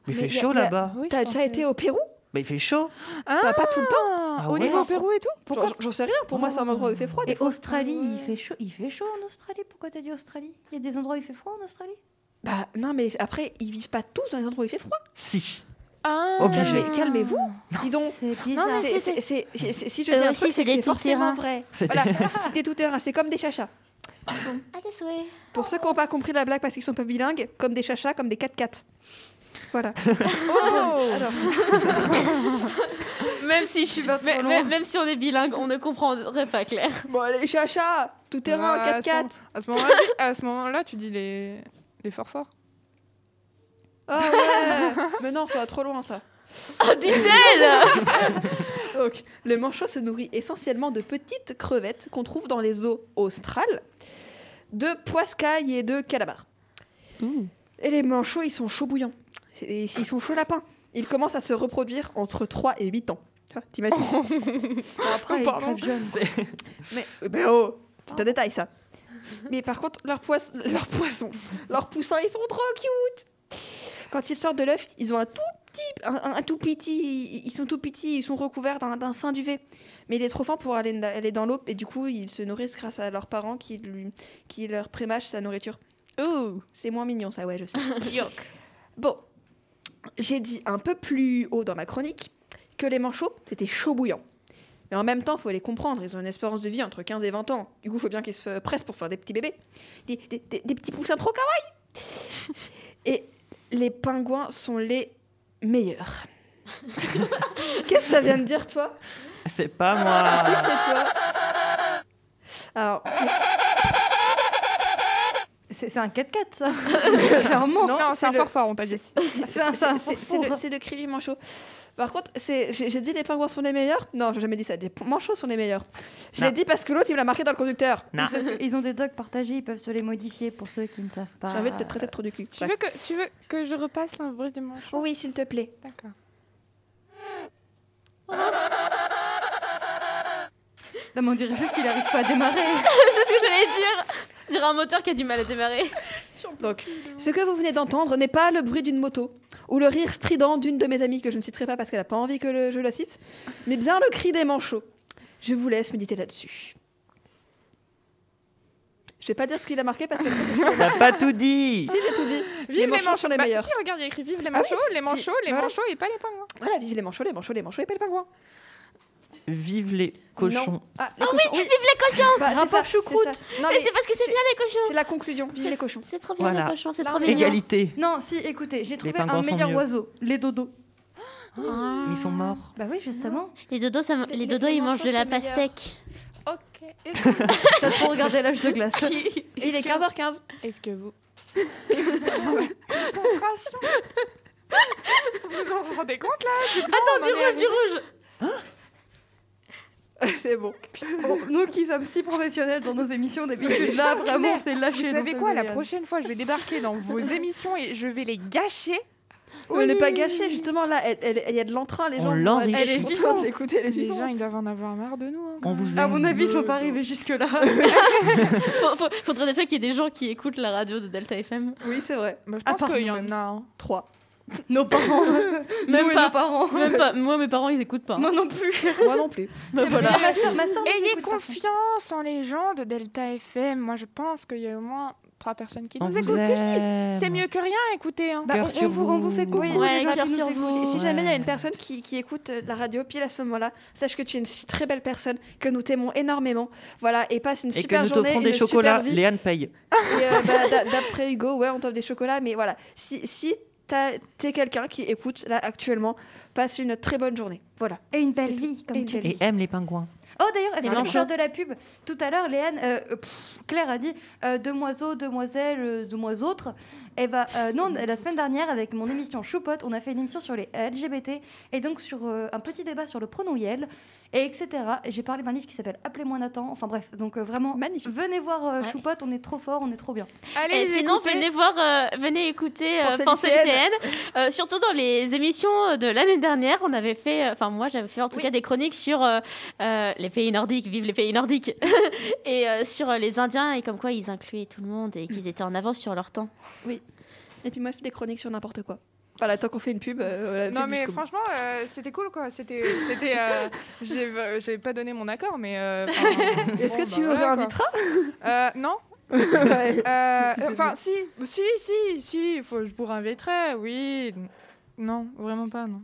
Speaker 4: Mais il
Speaker 5: Mais
Speaker 4: fait
Speaker 5: y a-
Speaker 4: chaud
Speaker 5: y a-
Speaker 4: là-bas.
Speaker 7: Oui,
Speaker 5: T'as déjà été au Pérou
Speaker 4: Mais il fait chaud.
Speaker 5: Pas- Pas tout le temps.
Speaker 4: Ah
Speaker 1: au
Speaker 4: ouais.
Speaker 1: niveau Pérou et tout
Speaker 5: J'en- J'en sais rien. Pour moi, c'est un endroit où il fait froid. des
Speaker 2: Et
Speaker 5: fois.
Speaker 2: Australie, il fait chaud. Il fait chaud en Australie. Pourquoi t'as dit Australie Il y a des endroits où il fait froid en Australie.
Speaker 5: Bah non, mais après, ils vivent pas tous dans les endroits où il fait froid.
Speaker 4: Si.
Speaker 7: Ah
Speaker 4: Obligé.
Speaker 5: Calmez- Calmez-vous. Dis donc.
Speaker 2: C'est bizarre.
Speaker 5: Non, mais c'est- c'est- c'est- c'est- c'est- si je dis
Speaker 3: Eux
Speaker 5: un
Speaker 3: aussi,
Speaker 5: truc,
Speaker 3: c'est
Speaker 5: c'est que
Speaker 3: des
Speaker 5: c'est forcément
Speaker 3: tout-terrains.
Speaker 5: vrai.
Speaker 4: C'est-
Speaker 5: Voilà, c'est des tout-terrains, c'est comme des chachas.
Speaker 3: Ah, désolé.
Speaker 5: Pour ceux qui n'ont pas compris la blague parce qu'ils sont pas bilingues, comme des chachas, comme des 4x4. Voilà. Oh Alors,
Speaker 3: Même si je suis,
Speaker 5: vas trop
Speaker 3: même,
Speaker 5: loin.
Speaker 3: même si on est bilingue, on ne comprendrait pas Claire.
Speaker 5: bon, les chachas, tout-terrain,
Speaker 1: Bah, à ce
Speaker 5: 4x4.
Speaker 1: moment- À ce moment-là, tu- à ce moment-là, tu dis les les forts forts.
Speaker 5: Ah ouais Mais non, ça va trop loin ça.
Speaker 3: Oh, dit-elle
Speaker 5: Donc, le manchot se nourrit essentiellement de petites crevettes qu'on trouve dans les eaux australes, de poiscailles et de calamars. Et les manchots, ils sont chauds bouillants. Et ils sont chauds lapins. Ils commencent à se reproduire entre 3 et 8 ans. Tu vois, T'imagines
Speaker 2: Après, il est
Speaker 1: Pardon.
Speaker 2: très jeune.
Speaker 5: Mais, mais oh, c'est un détail ça. Mais par contre, leurs poissons, leurs poissons, leurs poussins, ils sont trop cute. Quand ils sortent de l'œuf, ils ont un tout petit, un, un- un tout petit, ils sont tout petits, ils sont recouverts d'un, d'un fin duvet. Mais il est trop fin pour aller, aller dans l'eau et du coup, ils se nourrissent grâce à leurs parents qui, lui- qui leur prémâchent sa nourriture. C'est moins mignon ça, ouais, je sais. Bon, j'ai dit un peu plus haut dans ma chronique que les manchots, c'était chaud bouillant. Mais en même temps, faut les comprendre, ils ont une espérance de vie entre 15 et 20 ans. Du coup, faut bien qu'ils se pressent pour faire des petits bébés. Des, des- des- des petits poussins trop kawaii Et les pingouins sont les meilleurs. Qu'est-ce que ça vient de dire, toi
Speaker 4: C'est pas
Speaker 5: Si,
Speaker 4: moi.
Speaker 5: c'est toi. Alors,
Speaker 2: C'est c'est un 4x4, ça. Clairement.
Speaker 1: Non, c'est un
Speaker 5: le-
Speaker 1: fort fort, on t'a dit.
Speaker 2: C'est un- c'est un
Speaker 5: C'est- c'est le-
Speaker 2: faux.
Speaker 5: C'est le cri du manchot. Par contre, c'est- j'ai j'ai dit les pingouins sont les meilleurs. Non, j'ai jamais dit ça. Les p- manchots sont les meilleurs. Je l'ai
Speaker 4: Non.
Speaker 5: dit parce que l'autre, il me l'a marqué dans le conducteur.
Speaker 4: Non.
Speaker 2: Parce que Ils ont des docs partagés, ils peuvent se les modifier pour ceux qui ne savent pas.
Speaker 5: J'ai envie de te traiter de trou du cul.
Speaker 1: Tu
Speaker 5: Bref.
Speaker 1: veux que tu veux que je repasse le bruit du manchot
Speaker 5: Oui, s'il te plaît.
Speaker 2: Oh.
Speaker 1: D'accord.
Speaker 2: Non, mais on dirait juste qu'il n'arrive pas à démarrer.
Speaker 3: C'est ce que j'allais dire. Dire un moteur qui a du mal à démarrer.
Speaker 5: Donc, ce que vous venez d'entendre n'est pas le bruit d'une moto ou le rire strident d'une de mes amies que je ne citerai pas parce qu'elle n'a pas envie que le- je la cite, mais bien le cri des manchots. Je vous laisse méditer là-dessus. Je vais pas dire ce qu'il a marqué parce que si
Speaker 4: T'as pas tout dit.
Speaker 5: j'ai tout dit.
Speaker 1: Vive les
Speaker 5: sont
Speaker 1: manchots.
Speaker 5: les
Speaker 1: Bah,
Speaker 5: meilleurs.
Speaker 1: si regarde, il y a écrit vive les manchots, les manchots, les
Speaker 5: voilà.
Speaker 1: manchots et pas les pingouins.
Speaker 5: Voilà, vive les manchots, les manchots, les manchots et pas les pingouins.
Speaker 4: Vive les cochons.
Speaker 5: Non. Ah, les cochons. oui,
Speaker 2: Bah, c'est
Speaker 5: rapport
Speaker 2: ça,
Speaker 5: choucroute.
Speaker 2: c'est ça.
Speaker 5: Non,
Speaker 3: Mais
Speaker 5: mais
Speaker 3: Eh, c'est parce que c'est bien les cochons.
Speaker 5: c'est la conclusion. Vive les cochons.
Speaker 3: C'est trop bien
Speaker 4: Voilà.
Speaker 3: les cochons, c'est
Speaker 5: Là,
Speaker 3: trop
Speaker 5: on est
Speaker 3: mignon.
Speaker 4: Égalité.
Speaker 2: Non, si, écoutez, j'ai trouvé
Speaker 4: pingouins
Speaker 2: un
Speaker 4: sont
Speaker 2: meilleur
Speaker 4: mieux.
Speaker 2: oiseau, les dodos.
Speaker 3: Ah.
Speaker 4: Ils sont morts.
Speaker 2: Bah oui, justement.
Speaker 3: Les dodos, ça m-
Speaker 5: Les-
Speaker 3: les
Speaker 5: les
Speaker 3: dodos, ils mangent
Speaker 5: manchots,
Speaker 3: de la
Speaker 5: c'est meilleur.
Speaker 3: pastèque.
Speaker 1: Ok. Est-ce que,
Speaker 2: T'as trop regardé l'âge de glace.
Speaker 5: Il est 15h15.
Speaker 1: est-ce que vous. Concentration Vous en rendez compte là
Speaker 3: Attends,
Speaker 1: du rouge, du
Speaker 3: rouge
Speaker 2: c'est bon. Bon, Nous qui sommes si professionnels dans nos émissions d'habitude, là vraiment, c'est lâché.
Speaker 1: Vous
Speaker 2: dans
Speaker 1: savez
Speaker 2: ce
Speaker 1: quoi La
Speaker 2: Guyane.
Speaker 1: prochaine fois, je vais débarquer dans vos émissions et je vais les gâcher.
Speaker 5: Mais ne pas gâcher, justement, là, elle- elle- il y a de l'entrain, les
Speaker 4: On
Speaker 5: gens.
Speaker 4: l'enrichit.
Speaker 5: Elle est
Speaker 4: Elle est
Speaker 5: vivante. Écoutez, elle est
Speaker 1: Les gens,
Speaker 5: vivante.
Speaker 1: ils doivent en avoir marre de nous. hein, quand
Speaker 4: On
Speaker 1: même.
Speaker 4: vous
Speaker 2: À
Speaker 4: aime.
Speaker 2: mon avis, faut pas arriver jusque-là.
Speaker 3: Faut- faut- Faudrait déjà qu'il y ait des gens qui écoutent la radio de Delta FM.
Speaker 5: Oui, c'est vrai.
Speaker 1: Moi, Bah, je
Speaker 2: À
Speaker 1: pense
Speaker 2: part
Speaker 1: qu'il y en
Speaker 2: nous-mêmes.
Speaker 1: a hein. un.
Speaker 5: Trois.
Speaker 2: nos parents.
Speaker 3: Même
Speaker 2: Nous et
Speaker 3: pas.
Speaker 2: nos parents.
Speaker 3: Même pas, moi mes parents ils écoutent pas.
Speaker 2: Moi non plus.
Speaker 5: Moi non plus.
Speaker 3: Bah voilà.
Speaker 2: Ma soeur, ma soeur
Speaker 1: Ayez confiance en les gens de Delta FM. Moi, je pense qu'il y a au moins trois personnes qui
Speaker 4: On
Speaker 1: nous
Speaker 4: vous
Speaker 1: écoutent.
Speaker 4: aime.
Speaker 1: C'est mieux que rien, écoutez. hein.
Speaker 2: Bah,
Speaker 4: Cœur
Speaker 2: on, on
Speaker 4: sur
Speaker 2: vous, on vous fait
Speaker 4: vous.
Speaker 2: coucou,
Speaker 3: Ouais,
Speaker 2: les gens
Speaker 3: cœur
Speaker 2: qui
Speaker 3: sur
Speaker 2: nous
Speaker 3: vous.
Speaker 2: écoutent.
Speaker 5: Si, si
Speaker 4: Ouais.
Speaker 5: jamais il y a une personne qui, qui écoute euh, la radio pile à ce moment-là, sache que tu es une si- très belle personne, que nous t'aimons énormément. Voilà, et passe une
Speaker 4: Et que
Speaker 5: super
Speaker 4: nous
Speaker 5: journée,
Speaker 4: t'offrons des
Speaker 5: une
Speaker 4: chocolats.
Speaker 5: super vie.
Speaker 4: Léane paye.
Speaker 5: Et, euh, bah, d'a- D'après Hugo, ouais, on t'offre des chocolats, mais voilà. Si, si t'as- t'es quelqu'un qui écoute là actuellement, passe une très bonne journée. Voilà.
Speaker 2: Et une belle vie,
Speaker 5: Et
Speaker 2: comme
Speaker 5: une
Speaker 2: tu
Speaker 5: belle
Speaker 2: dis.
Speaker 4: Et aime les pingouins.
Speaker 2: Oh d'ailleurs,
Speaker 3: Mais
Speaker 2: est-ce qu'on
Speaker 3: non.
Speaker 2: peut faire de la pub Tout à l'heure, Léane, euh, pff, Claire a dit euh, demoiseux, demoiselle, euh, demoisautre. Et ben euh, non, la semaine dernière, avec mon émission Choupote, on a fait une émission sur les LGBT et donc sur euh, un petit débat sur le pronom Yel et etc. Et J'ai parlé d'un livre qui s'appelle Appelez-moi Nathan. Enfin bref, donc euh, vraiment.
Speaker 5: Magnifique.
Speaker 2: Venez voir euh,
Speaker 3: Ouais.
Speaker 2: Choupote, on est trop fort, on est trop bien.
Speaker 1: Allez,
Speaker 3: Et
Speaker 1: les
Speaker 3: sinon,
Speaker 1: écouter.
Speaker 3: venez voir, euh, venez écouter euh,
Speaker 5: Pensée
Speaker 3: Pensée
Speaker 5: lycéenne.
Speaker 3: lycéenne. Euh, surtout dans les émissions de l'année dernière, on avait fait, euh, enfin moi j'avais fait en tout cas des chroniques sur euh, euh, les pays nordiques, vive les pays nordiques, et euh, sur euh, les Indiens et comme quoi ils incluaient tout le monde et qu'ils étaient en avance sur leur temps.
Speaker 5: Et puis moi, je fais des chroniques sur n'importe quoi. Voilà, tant qu'on fait une pub. euh, voilà,
Speaker 1: Non
Speaker 5: pub
Speaker 1: mais
Speaker 5: jusqu'au bout.
Speaker 1: franchement, euh, c'était cool quoi. C'était, c'était. euh, j'ai, euh, j'ai pas donné mon accord, mais. euh, enfin,
Speaker 5: Est-ce
Speaker 1: bon,
Speaker 5: que
Speaker 1: bah
Speaker 5: tu nous
Speaker 1: voilà,
Speaker 5: réinviteras
Speaker 1: quoi. Euh, Non.
Speaker 5: Ouais.
Speaker 1: euh,
Speaker 5: C'est
Speaker 1: Enfin, si, si, si, si. Faut, je vous réinviterai. Oui. Non, vraiment pas. Non.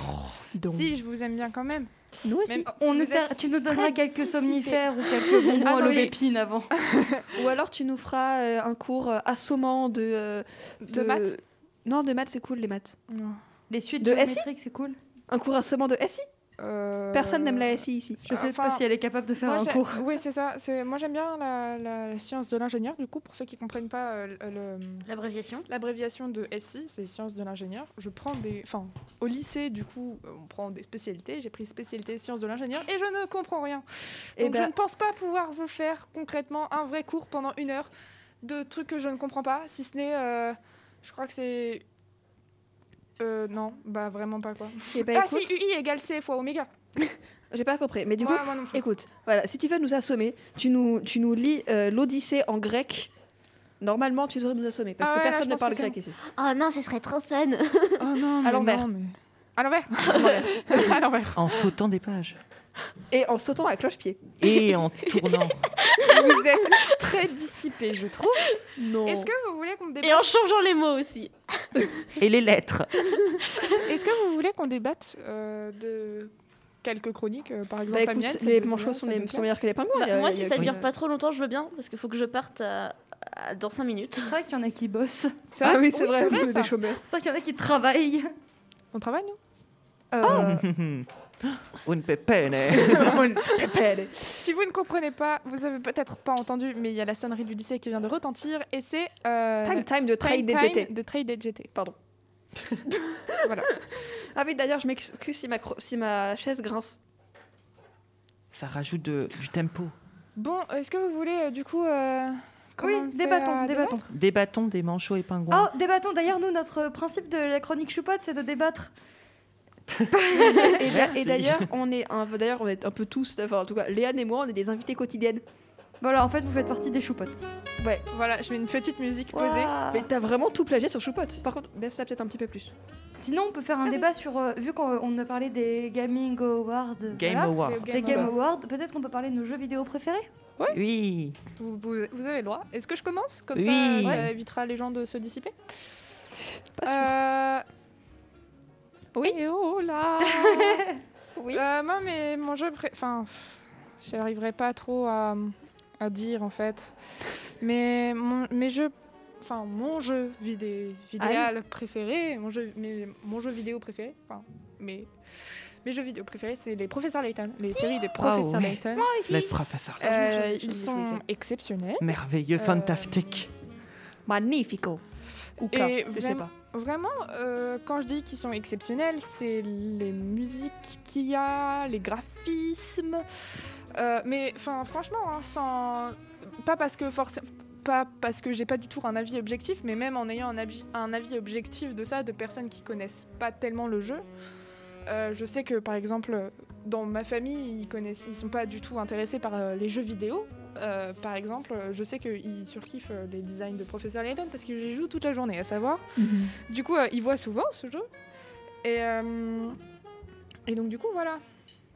Speaker 5: Oh,
Speaker 1: Si, je vous aime bien quand même.
Speaker 5: Nous aussi.
Speaker 1: Même si
Speaker 2: On
Speaker 1: vous
Speaker 2: essaiera- tu nous donneras
Speaker 1: très
Speaker 2: quelques
Speaker 1: dissipé.
Speaker 2: somnifères ou quelques bonbons
Speaker 1: Ah
Speaker 2: à
Speaker 1: non, oui.
Speaker 2: l'aubépine avant.
Speaker 5: Ou alors tu nous feras euh, un cours euh, assommant de, euh,
Speaker 1: êtes De maths.
Speaker 5: Non, de maths, c'est cool les maths.
Speaker 1: Non.
Speaker 2: Les suites
Speaker 5: De SI?
Speaker 2: géométriques, c'est cool.
Speaker 5: Un cours assommant de SI
Speaker 1: Euh, bah,
Speaker 5: Personne n'aime la SI ici.
Speaker 2: Je sais
Speaker 1: Ah, Enfin,
Speaker 2: pas si elle est capable de faire
Speaker 1: Moi,
Speaker 2: un
Speaker 1: j'ai-
Speaker 2: cours.
Speaker 1: Oui, c'est ça. C'est, moi, j'aime bien la, la- la science de l'ingénieur. Du coup, pour ceux qui comprennent pas euh, le- le
Speaker 3: L'abréviation
Speaker 1: L'abréviation de SI, c'est sciences de l'ingénieur. Je prends des, enfin, au lycée, du coup, on prend des spécialités. J'ai pris spécialité sciences de l'ingénieur et je ne comprends rien.
Speaker 5: Eh
Speaker 1: Donc
Speaker 5: ben-
Speaker 1: je ne pense pas pouvoir vous faire concrètement un vrai cours pendant une heure de trucs que je ne comprends pas, si ce n'est, euh, je crois que c'est, euh, non, bah vraiment pas quoi.
Speaker 5: Eh ben,
Speaker 1: ah
Speaker 5: écoute,
Speaker 1: si, UI égale C fois oméga.
Speaker 5: j'ai pas compris. Mais du
Speaker 1: moi,
Speaker 5: coup,
Speaker 1: moi non plus.
Speaker 5: écoute, voilà, si tu veux nous assommer, tu nous, tu nous lis euh, l'Odyssée en grec. Normalement, tu devrais nous assommer parce
Speaker 1: Ah
Speaker 5: que
Speaker 1: ouais, là,
Speaker 5: personne
Speaker 1: je
Speaker 5: ne
Speaker 1: pense
Speaker 5: parle
Speaker 1: que
Speaker 5: grec ici.
Speaker 3: Oh non, ce serait trop fun
Speaker 1: Oh non,
Speaker 5: mais non,
Speaker 1: À l'envers. à l'envers.
Speaker 4: En sautant des pages.
Speaker 5: Et en sautant à cloche-pied.
Speaker 4: Et en tournant.
Speaker 1: Vous êtes très dissipé, je trouve.
Speaker 5: Non.
Speaker 1: Est-ce que vous voulez qu'on
Speaker 5: Eh
Speaker 1: débatte
Speaker 3: Et en changeant les mots aussi.
Speaker 4: Et les lettres.
Speaker 1: Est-ce que vous voulez qu'on débatte euh, de quelques chroniques, euh, par exemple
Speaker 5: Bah
Speaker 1: la
Speaker 5: écoute,
Speaker 1: mienne, celle
Speaker 5: les
Speaker 1: de
Speaker 5: manchots
Speaker 1: Léa,
Speaker 5: sont,
Speaker 1: celle
Speaker 5: les-
Speaker 1: de
Speaker 5: sont
Speaker 1: Claire
Speaker 5: meilleurs que les pingouins.
Speaker 3: Bah,
Speaker 5: il y a-
Speaker 3: moi,
Speaker 5: il y
Speaker 3: si
Speaker 5: a-
Speaker 3: ça
Speaker 5: oui.
Speaker 3: dure pas trop longtemps, je veux bien, parce qu'il faut que je parte à- à- dans 5 minutes.
Speaker 2: C'est vrai qu'il y en a qui bossent.
Speaker 1: C'est
Speaker 5: Ah
Speaker 1: vrai
Speaker 5: oui, c'est vrai, on est
Speaker 1: ça.
Speaker 5: des chômeurs.
Speaker 2: C'est vrai qu'il y en a qui travaillent.
Speaker 1: On travaille, nous
Speaker 5: Ah.
Speaker 2: Euh,
Speaker 4: Une pépène.
Speaker 1: Si vous ne comprenez pas, vous avez peut-être pas entendu, mais il y a la sonnerie du lycée qui vient de retentir, et c'est... euh,
Speaker 5: Time, time de
Speaker 1: Time
Speaker 5: trade DGT.
Speaker 1: Time de Trade DGT.
Speaker 5: Ah oui, d'ailleurs, je m'excuse si ma, cro- si ma chaise grince.
Speaker 4: Ça rajoute de- du tempo.
Speaker 1: Bon, est-ce que vous voulez, euh, du coup... euh,
Speaker 2: oui,
Speaker 1: commencer
Speaker 2: débattons,
Speaker 1: à
Speaker 2: débattons.
Speaker 4: Des bâtons, des manchots et pingouins.
Speaker 2: Ah, débattons. D'ailleurs, nous, notre principe de la chronique choupote, c'est de débattre.
Speaker 5: Et, d'a-
Speaker 4: Merci.
Speaker 5: et d'ailleurs, on est un, d'ailleurs, on est un peu tous, enfin, en tout cas, Léane et moi, on est des invités quotidiennes.
Speaker 2: Voilà, en fait, vous faites partie des choupotes.
Speaker 1: Ouais, voilà, je mets une petite musique posée.
Speaker 2: Posez.
Speaker 5: Mais t'as vraiment tout plagié sur Choupotte. Par contre, baisse la peut-être un petit peu plus.
Speaker 2: Sinon, on peut faire un débat sur. euh, vu qu'on on a parlé des Gaming Awards.
Speaker 4: Game
Speaker 2: Ah, voilà,
Speaker 4: Award.
Speaker 1: Le
Speaker 2: Les
Speaker 1: Game
Speaker 2: Game
Speaker 1: Over.
Speaker 2: Awards, peut-être qu'on peut parler de nos jeux vidéo préférés
Speaker 4: Oui.
Speaker 1: Vous, vous- vous avez le droit. Est-ce que je commence Comme ça,
Speaker 4: Oui.
Speaker 1: ça
Speaker 4: Ouais.
Speaker 1: évitera les gens de se dissiper.
Speaker 5: Pas sûr.
Speaker 1: Euh, Oui, oh là
Speaker 5: Oui.
Speaker 1: Euh, moi, mais mon jeu, pré- enfin, je n'arriverai pas trop à, à dire en fait. Mais mon, mes jeux, enfin, mon jeu vidé, vidéal préféré, mon jeu, mes- mon jeu vidéo préféré, enfin, mes, mes jeux vidéo préférés, c'est les Professeurs Layton, les séries des Professeurs
Speaker 4: ouais.
Speaker 1: Layton.
Speaker 4: Les professeurs.
Speaker 1: Euh,
Speaker 5: Moi, j'aime- j'aime
Speaker 1: ils
Speaker 5: les
Speaker 1: sont
Speaker 5: jeux
Speaker 1: exceptionnels.
Speaker 4: Merveilleux, fantastique.
Speaker 5: Magnifico. Ou K,
Speaker 1: Et
Speaker 5: je sais
Speaker 1: vraiment-
Speaker 5: pas.
Speaker 1: Vraiment, euh, quand je dis qu'ils sont exceptionnels, c'est les musiques qu'il y a, les graphismes. Euh, mais enfin, franchement, hein, sans... pas parce que forcément. Pas parce que j'ai pas du tout un avis objectif, mais même en ayant un, abi- un avis objectif de ça, de personnes qui connaissent pas tellement le jeu, euh, je sais que par exemple, dans ma famille, ils connaissent, ils sont pas du tout intéressés par euh, les jeux vidéo. Euh, par exemple, euh, je sais qu'ils surkiffent euh, les designs de Professeur Layton parce que j'y joue toute la journée, à savoir. Du coup, euh, ils voient souvent ce jeu. Et, euh, et donc, du coup, voilà.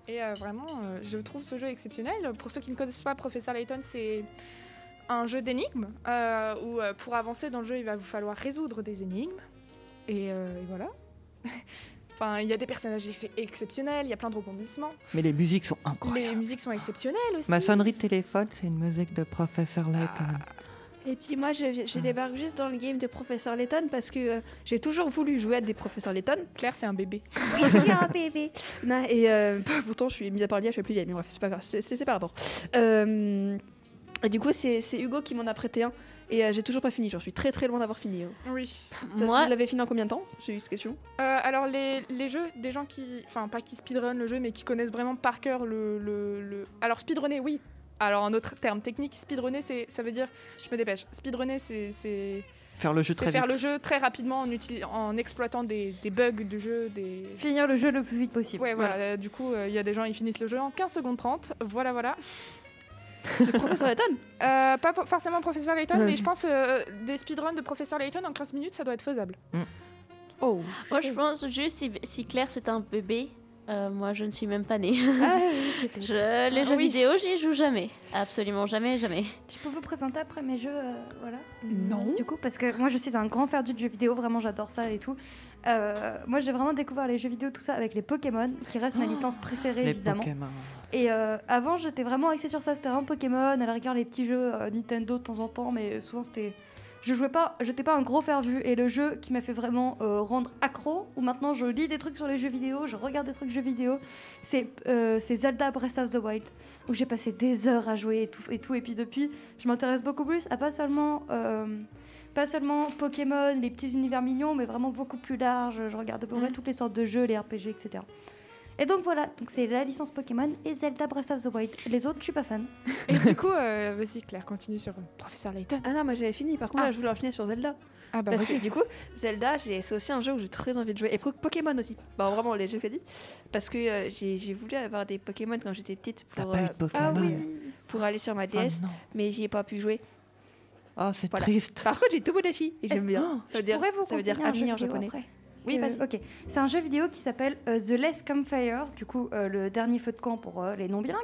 Speaker 1: Et euh, vraiment, euh, je trouve ce jeu exceptionnel. Pour ceux qui ne connaissent pas Professor Layton, c'est un jeu d'énigmes euh, où euh, pour avancer dans le jeu, il va vous falloir résoudre des énigmes. Et, euh, et voilà. enfin, il y a des personnages ex- exceptionnels, il y a plein de rebondissements.
Speaker 4: Mais les musiques sont
Speaker 1: Les
Speaker 4: incroyables.
Speaker 1: musiques sont exceptionnelles aussi.
Speaker 4: Ma sonnerie de téléphone, c'est une musique de professeur Layton.
Speaker 5: Et puis moi, je, je débarque juste dans le game de Professeur Letton parce que euh, j'ai toujours voulu jouer à des Professeurs Letton.
Speaker 1: Claire, c'est un bébé.
Speaker 5: hein.
Speaker 2: bébé.
Speaker 5: Non, et euh, pourtant, je suis mise à part l'IA, je suis la plus vieille, mais bref, c'est pas grave, c'est, c'est- c'est par rapport. Euh, et du coup, c'est, c'est Hugo qui m'en a prêté un. Et euh, j'ai toujours pas fini, j'en suis très très loin d'avoir fini. hein.
Speaker 1: Oui.
Speaker 5: Ça,
Speaker 3: Moi,
Speaker 5: Vous l'avez fini en combien de temps J'ai eu cette question.
Speaker 1: Euh, alors les, les jeux, des gens qui, enfin pas qui speedrun le jeu, mais qui connaissent vraiment par cœur le, le, le- Alors speedrunner, oui. Alors un autre terme technique, speedrunner, c'est, ça veut dire, je me dépêche. Speedrunner, c'est, c'est,
Speaker 4: Faire le jeu
Speaker 1: c'est
Speaker 4: très
Speaker 1: faire
Speaker 4: vite.
Speaker 1: le jeu très rapidement en, utili- en exploitant des, des bugs du jeu, des.
Speaker 2: Finir le jeu le plus vite possible.
Speaker 1: Ouais, voilà. euh, du coup, euh, il y a des gens, ils finissent le jeu en 15 secondes 30. Voilà, voilà.
Speaker 5: Le Professeur Letton
Speaker 1: Euh, pas po- forcément Professeur Layton,
Speaker 5: Ouais.
Speaker 1: mais je pense euh, des speedruns de Professeur Layton en 15 minutes, ça doit être faisable.
Speaker 5: Oh
Speaker 3: moi, je pense juste si, si Claire c'est un bébé, euh, moi je ne suis même pas née.
Speaker 5: Ah.
Speaker 2: Ah.
Speaker 3: Je- les jeux
Speaker 1: oui.
Speaker 3: vidéo, j'y joue jamais. Absolument jamais, jamais.
Speaker 2: Je peux vous présenter après mes jeux, euh, voilà.
Speaker 5: Non.
Speaker 2: Du coup, parce que moi, je suis un grand fan du jeu vidéo, vraiment, j'adore ça et tout. Euh, moi, j'ai vraiment découvert les jeux vidéo, tout ça, avec les Pokémon, qui reste ma licence préférée,
Speaker 4: Les
Speaker 2: évidemment.
Speaker 4: Pokémon.
Speaker 2: Et euh, avant, j'étais vraiment axée sur ça. C'était vraiment Pokémon, à la rigueur les petits jeux euh, Nintendo de temps en temps, mais souvent c'était. Je jouais pas, j'étais pas un gros fervu. Et le jeu qui m'a fait vraiment euh, rendre accro, où maintenant je lis des trucs sur les jeux vidéo, je regarde des trucs jeux vidéo, c'est euh, c'est Zelda Breath of the Wild, où j'ai passé des heures à jouer et tout. Et, tout. et puis depuis, je m'intéresse beaucoup plus à pas seulement. euh, pas seulement Pokémon, les petits univers mignons, mais vraiment beaucoup plus large. Je regarde à peu près toutes les sortes de jeux, les RPG, etc. Et donc voilà, donc c'est la licence Pokémon et Zelda Breath of the Wild. Les autres, je suis pas fan.
Speaker 1: Et du coup, euh, vas-y Claire, continue sur euh, Professeur Layton.
Speaker 5: Ah non, moi j'avais fini, par contre,
Speaker 1: Ah.
Speaker 5: là, je voulais en finir sur Zelda.
Speaker 1: Ah bah
Speaker 5: Parce
Speaker 1: oui.
Speaker 5: que du coup, Zelda, j'ai- c'est aussi un jeu où j'ai très envie de jouer. Et pro- Pokémon aussi. Bah vraiment, les jeux que j'ai dit. Parce que euh, j'ai, j'ai voulu avoir des Pokémon quand j'étais petite
Speaker 4: T'as
Speaker 5: pour,
Speaker 4: pas eu de
Speaker 5: euh,
Speaker 4: Pokémon
Speaker 5: pour aller sur ma
Speaker 4: Ah
Speaker 5: DS,
Speaker 4: non.
Speaker 5: mais j'y ai pas pu jouer.
Speaker 4: Ah, c'est
Speaker 5: Voilà.
Speaker 4: triste.
Speaker 5: Par contre, j'ai Tomodachi et j'aime
Speaker 2: Est-ce-
Speaker 5: bien.
Speaker 4: Oh,
Speaker 5: ça
Speaker 2: Je
Speaker 5: veut dire,
Speaker 2: pourrais vous
Speaker 5: ça veut dire
Speaker 2: conseiller un
Speaker 5: ami
Speaker 2: jeu
Speaker 5: en
Speaker 2: vidéo
Speaker 5: japonais.
Speaker 2: après.
Speaker 5: Oui,
Speaker 2: Euh,
Speaker 5: vas-y.
Speaker 2: Ok, c'est un jeu vidéo qui s'appelle euh, The Less Come Fire, du coup euh, le dernier feu de camp pour euh, les non bilingues,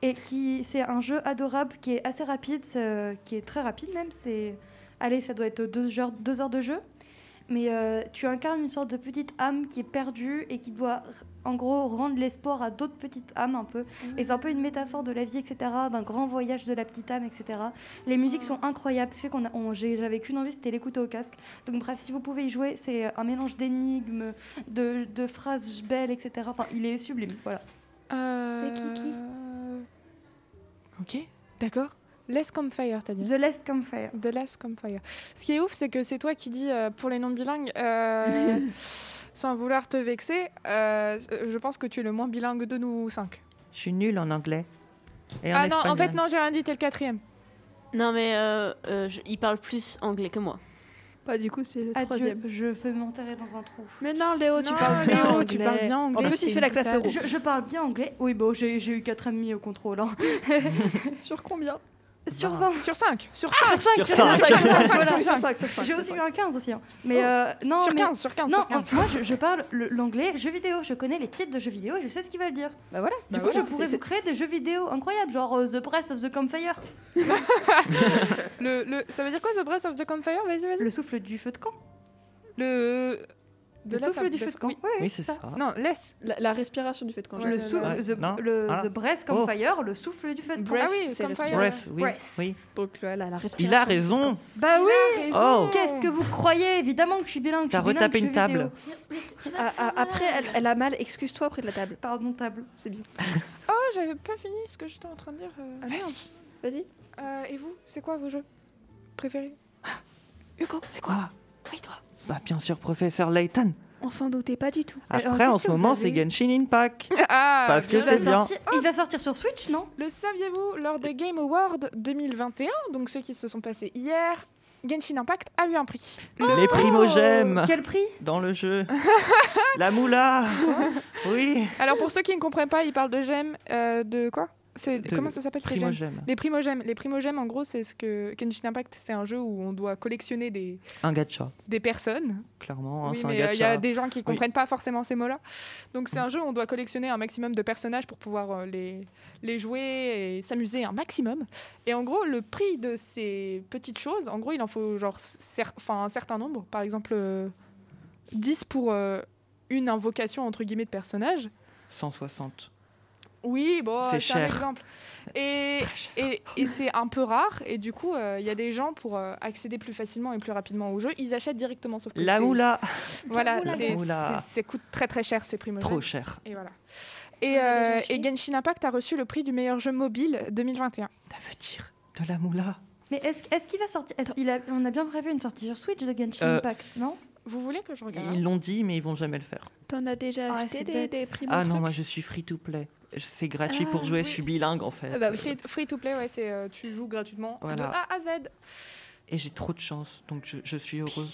Speaker 2: et qui c'est un jeu adorable qui est assez rapide, euh, qui est très rapide même. C'est allez, ça doit être deux heures, deux heures de jeu, mais euh, tu incarnes une sorte de petite âme qui est perdue et qui doit r- en gros rendre l'espoir à d'autres petites âmes un peu.
Speaker 5: Ah.
Speaker 2: Et c'est un peu une métaphore de la vie, etc., d'un grand voyage de la petite âme, etc. Les
Speaker 5: Ah.
Speaker 2: musiques sont incroyables. Ce qu'on a, on- j'ai- j'avais qu'une envie, c'était l'écouter au casque. Donc bref, si vous pouvez y jouer, c'est euh, un mélange d'énigmes, de, de phrases belles, etc. Enfin, il est sublime, voilà.
Speaker 1: C'est
Speaker 5: Kiki.
Speaker 1: Ok, d'accord. Less comme fire, t'as dit.
Speaker 2: The Less Come Fire.
Speaker 1: The Last Campfire. Ce qui est ouf, c'est que c'est toi qui dis euh, pour les noms bilingues, euh, sans vouloir te vexer, euh, je pense que tu es le moins bilingue de nous cinq.
Speaker 4: Je suis nul en anglais. Et en
Speaker 1: ah non, en
Speaker 4: espagnol.
Speaker 1: fait, non, j'ai rien dit, t'es le quatrième.
Speaker 3: Non mais euh, euh, je- il parle plus anglais que moi.
Speaker 5: Bah, du coup, c'est le
Speaker 2: Adieu,
Speaker 5: troisième.
Speaker 2: je vais m'enterrer dans un trou.
Speaker 5: Mais non, Léo, tu
Speaker 1: Non,
Speaker 5: parles
Speaker 1: Léo,
Speaker 5: bien anglais.
Speaker 1: tu parles bien anglais,
Speaker 5: En plus,
Speaker 1: c'est
Speaker 5: il fait la
Speaker 1: une
Speaker 5: classe
Speaker 1: totale.
Speaker 5: euro.
Speaker 2: Euh, Je, je parle bien anglais. Oui, bon, j'ai j'ai eu 4,5 au contrôle. hein.
Speaker 5: Sur combien
Speaker 2: Sur
Speaker 4: Ah.
Speaker 2: 20.
Speaker 1: Sur 5 Sur 5
Speaker 4: Sur
Speaker 2: 5,
Speaker 5: Ah,
Speaker 4: cinq.
Speaker 5: bah,
Speaker 1: Sur 5
Speaker 2: Voilà.
Speaker 1: Sur 5
Speaker 5: sur 5.
Speaker 2: J'ai aussi eu un 15 aussi. hein. Mais euh, non,
Speaker 1: Sur
Speaker 2: mais-
Speaker 1: 15 Sur 15
Speaker 2: Non,
Speaker 1: sur 15.
Speaker 2: euh, moi je, je parle le- l'anglais jeux vidéo, je connais les titres de jeux vidéo et je sais ce qu'ils veulent dire.
Speaker 5: Bah voilà.
Speaker 2: Du coup, je pourrais vous créer des jeux vidéo incroyables, genre euh, The Press of the Campfire,
Speaker 1: Le, le- ça veut dire quoi, The Breath of the Campfire Vas-y, vas-y.
Speaker 2: le souffle du feu de camp.
Speaker 1: Le...
Speaker 2: Le souffle du feu de camp.
Speaker 1: Oui.
Speaker 2: Ouais,
Speaker 4: Oui, c'est ça.
Speaker 1: Non, laisse.
Speaker 5: La, la respiration du feu de camp.
Speaker 2: Le
Speaker 5: j'avais-
Speaker 2: souffle,
Speaker 4: ouais.
Speaker 2: the,
Speaker 4: Non.
Speaker 2: le,
Speaker 4: Ah.
Speaker 2: the breath
Speaker 4: Oh.
Speaker 2: campfire, le souffle du feu de camp.
Speaker 1: Ah
Speaker 5: Breath,
Speaker 1: oui,
Speaker 5: c'est
Speaker 1: comme
Speaker 5: respirer.
Speaker 4: Bref, oui,
Speaker 2: Bref.
Speaker 4: oui.
Speaker 5: Donc la, la- la
Speaker 4: Il
Speaker 5: respiration.
Speaker 4: a
Speaker 1: Ah
Speaker 4: raison.
Speaker 2: Bah oui,
Speaker 4: Oh.
Speaker 2: qu'est-ce que vous croyez Évidemment que je suis bilingue. je
Speaker 4: T'as
Speaker 2: suis bilingue,
Speaker 4: retapé
Speaker 2: je
Speaker 4: une
Speaker 2: suis vidéo.
Speaker 4: table.
Speaker 5: Ah, ah, après, elle, elle a mal. Excuse-toi près de la table.
Speaker 2: Pardon, table.
Speaker 5: C'est bizarre.
Speaker 1: Oh, j'avais pas fini ce que j'étais en train de dire. euh, ah merde.
Speaker 5: Vas-y.
Speaker 1: Euh, et vous, c'est quoi vos jeux préférés Hugo, c'est quoi
Speaker 4: Quoi
Speaker 1: Oui, toi.
Speaker 4: Bah bien sûr, professeur Layton.
Speaker 5: On s'en doutait pas du tout.
Speaker 2: Alors,
Speaker 4: Après, en
Speaker 2: qu'est-ce
Speaker 4: ce
Speaker 2: que vous
Speaker 4: moment,
Speaker 2: avez
Speaker 4: c'est Genshin Impact.
Speaker 1: Ah,
Speaker 4: Parce que
Speaker 1: bien
Speaker 2: Il va,
Speaker 4: c'est bien.
Speaker 2: sortir, oh, il va sortir sur Switch, non
Speaker 1: Le saviez-vous, lors des Game Awards 2021, donc ceux qui se sont passés hier, Genshin Impact a eu un prix.
Speaker 4: Les primogèmes
Speaker 2: Oh, Quel prix
Speaker 4: dans le jeu. La moula. Oui.
Speaker 1: Alors pour ceux qui ne comprennent pas, il parle de gemmes, euh, de quoi C'est
Speaker 4: De-
Speaker 1: Comment ça s'appelle ces gemmes
Speaker 4: Primogème.
Speaker 1: les primogèmes, les primogèmes, en gros, c'est ce que Genshin Impact, c'est un jeu où on doit collectionner des,
Speaker 4: Un gacha,
Speaker 1: des personnes
Speaker 4: clairement. hein,
Speaker 1: Oui,
Speaker 4: c'est un
Speaker 1: mais
Speaker 4: gacha.
Speaker 1: il y a des gens qui comprennent pas forcément ces mots-là. Donc c'est un jeu où on doit collectionner un maximum de personnages pour pouvoir euh, les, les jouer et s'amuser un maximum. Et en gros, le prix de ces petites choses, en gros, il en faut genre cer- 'fin, un certain nombre. Par exemple, euh, 10 pour euh, une invocation entre guillemets de personnage.
Speaker 4: 160.
Speaker 1: Oui, bon,
Speaker 4: C'est
Speaker 1: c'est un
Speaker 4: cher.
Speaker 1: exemple. Et, et, et c'est un peu rare. Et du coup, euh, il y a des gens, pour euh, accéder plus facilement et plus rapidement au jeu, ils achètent directement. Sauf que
Speaker 4: La
Speaker 1: c'est-
Speaker 4: moula.
Speaker 1: voilà,
Speaker 4: Oula.
Speaker 1: c'est-
Speaker 4: Oula.
Speaker 1: c'est- ça coûte très très cher ces primogènes.
Speaker 4: Trop cher.
Speaker 1: Et voilà. Et, euh, et Genshin Impact a reçu le prix du meilleur jeu mobile 2021.
Speaker 4: Ça veut dire de la moula.
Speaker 2: Mais est-ce est-ce qu'il va sortir est-ce- il a- On a bien prévu une sortie sur Switch de Genshin
Speaker 4: Euh,
Speaker 2: Impact, non
Speaker 1: Vous voulez que je regarde
Speaker 4: Ils l'ont dit, mais ils vont jamais le faire.
Speaker 5: T'en as déjà
Speaker 2: Ah, c'est
Speaker 5: acheté des,
Speaker 2: bête.
Speaker 5: des primo
Speaker 4: Ah non,
Speaker 5: trucs
Speaker 4: moi je suis free to play. Je- C'est gratuit pour jouer, je suis bilingue en fait.
Speaker 5: Ah bah oui.
Speaker 1: free, free to play, ouais, c'est euh, tu joues gratuitement de
Speaker 4: Voilà.
Speaker 1: A à Z.
Speaker 4: Et j'ai trop de chance, donc je, je suis heureux.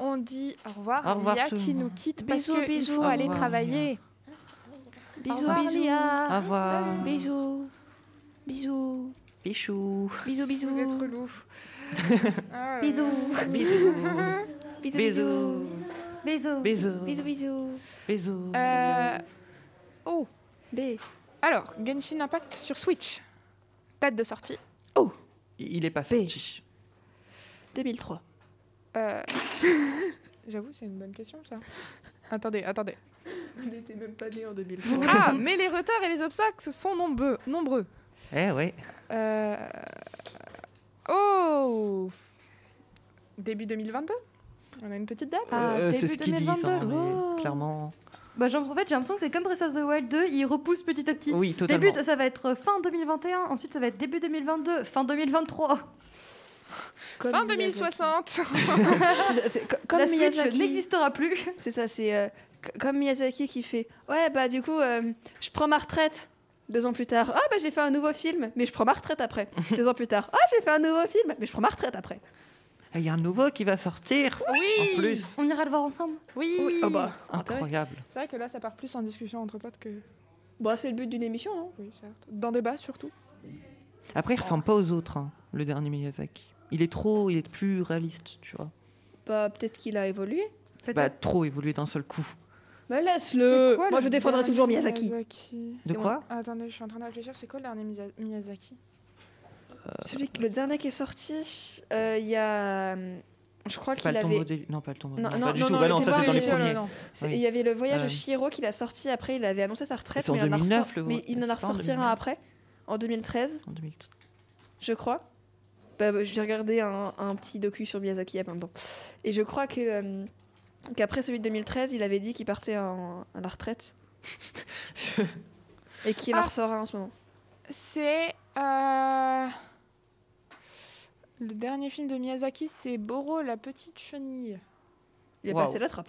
Speaker 1: On dit au revoir,
Speaker 4: Au revoir
Speaker 1: Lia
Speaker 4: tout le
Speaker 1: qui
Speaker 4: monde.
Speaker 1: nous quitte
Speaker 5: Bisous,
Speaker 1: parce qu'il
Speaker 5: bisous.
Speaker 1: faut
Speaker 4: Au
Speaker 1: aller
Speaker 4: revoir,
Speaker 1: travailler.
Speaker 5: Bisous,
Speaker 7: revoir,
Speaker 5: bisous.
Speaker 7: Léa.
Speaker 4: Au revoir.
Speaker 5: Ah. Bisous. Bisous.
Speaker 4: Bichou.
Speaker 5: Bisous, bisous.
Speaker 1: Vous êtes relou. Ah, ouais.
Speaker 2: Bisous.
Speaker 4: Bisous.
Speaker 5: Bisous,
Speaker 4: Bisous. Bisous.
Speaker 2: Bisous.
Speaker 5: Bisous, bisous.
Speaker 4: Bisous.
Speaker 1: Euh, oh,
Speaker 5: B.
Speaker 1: alors, Genshin Impact sur Switch. Date de sortie.
Speaker 4: Il est pas sorti.
Speaker 5: 2003.
Speaker 1: Euh, J'avoue, c'est une bonne question ça. Attendez, attendez.
Speaker 5: On n'était même pas né en 2003.
Speaker 1: Ah, mais les retards et les obstacles sont nombreux. nombreux.
Speaker 4: Eh ouais.
Speaker 1: Euh, Oh Début 2022 On a une petite date
Speaker 2: Ah,
Speaker 4: Euh, c'est
Speaker 2: début
Speaker 4: ce qu'ils disent,
Speaker 2: 2022.
Speaker 4: hein, mais
Speaker 2: Oh.
Speaker 4: clairement.
Speaker 2: Bah, j'ai l'impression- en fait, j'ai l'impression que c'est comme Breath of the Wild 2, il repousse petit à petit.
Speaker 4: Oui, totalement.
Speaker 2: Début, de- ça va être fin 2021, ensuite ça va être début 2022, fin 2023.
Speaker 1: Fin 2060
Speaker 5: Comme
Speaker 2: la Switch
Speaker 5: Miyazaki.
Speaker 2: n'existera plus.
Speaker 5: C'est ça, c'est euh, c- comme Miyazaki qui fait Ouais, bah du coup, euh, je prends ma retraite. Deux ans plus tard, ah bah j'ai fait un nouveau film, mais je prends ma retraite après. Deux ans plus tard, ah j'ai fait un nouveau film, mais je prends ma retraite après.
Speaker 4: Et Il y a un nouveau qui va sortir. en plus.
Speaker 2: On ira le voir ensemble.
Speaker 1: Oui,
Speaker 5: Oui, ah bah, intérêt.
Speaker 4: Incroyable.
Speaker 1: C'est vrai que là, ça part plus en discussion entre potes que...
Speaker 5: Bah, c'est le but d'une émission, non
Speaker 1: Oui, certes. Dans débat, surtout.
Speaker 4: Après, il ressemble pas aux autres, hein, le dernier Miyazaki. Il est trop, il est plus réaliste, tu vois.
Speaker 5: Bah, peut-être qu'il a évolué.
Speaker 4: Bah, trop évolué d'un seul coup.
Speaker 5: Mais
Speaker 1: C'est
Speaker 5: laisse-le
Speaker 1: quoi
Speaker 5: Moi,
Speaker 1: le
Speaker 5: je défendrai
Speaker 1: dernier
Speaker 5: toujours Miyazaki.
Speaker 1: Miyazaki
Speaker 4: De
Speaker 5: Et on-
Speaker 4: quoi
Speaker 1: Attendez, je suis en train de réfléchir. C'est quoi le dernier Miya- Miyazaki
Speaker 5: Celui que- le dernier qui est sorti, euh, il y a. euh, Je crois
Speaker 4: Pas
Speaker 5: qu'il
Speaker 4: le tombeau
Speaker 5: avait.
Speaker 4: des... Non, pas le tombeau
Speaker 5: Non,
Speaker 4: des-
Speaker 5: non,
Speaker 4: pas du
Speaker 5: non,
Speaker 4: tout.
Speaker 5: non,
Speaker 4: Bah
Speaker 5: mais
Speaker 4: non,
Speaker 5: c'est
Speaker 4: ça
Speaker 5: pas
Speaker 4: c'est dans les
Speaker 5: religieux,
Speaker 4: premiers.
Speaker 1: non.
Speaker 5: c'est-
Speaker 4: oui.
Speaker 5: Il y avait le voyage
Speaker 4: Euh.
Speaker 5: de Shiro qu'il a sorti après, il avait annoncé sa retraite,
Speaker 4: C'est en
Speaker 5: mais il en a
Speaker 4: 2009,
Speaker 5: ressort-
Speaker 4: le
Speaker 5: mais il en
Speaker 4: voyage. C'est
Speaker 5: a
Speaker 4: pas en
Speaker 5: ressorti un
Speaker 4: 2009.
Speaker 5: après, en 2013.
Speaker 4: En 2000.
Speaker 5: je crois. Bah, bah, j'ai regardé un, un petit docu sur Miyazaki il y a pas longtemps. Et je crois que euh, qu'après celui de 2013, il avait dit qu'il partait en- à la retraite. Et qu'il en
Speaker 1: Ah.
Speaker 5: ressort un en ce moment.
Speaker 1: C'est... euh, Le dernier film de Miyazaki, c'est Boro, la petite chenille.
Speaker 5: Il a
Speaker 4: Waouh.
Speaker 5: passé la trappe.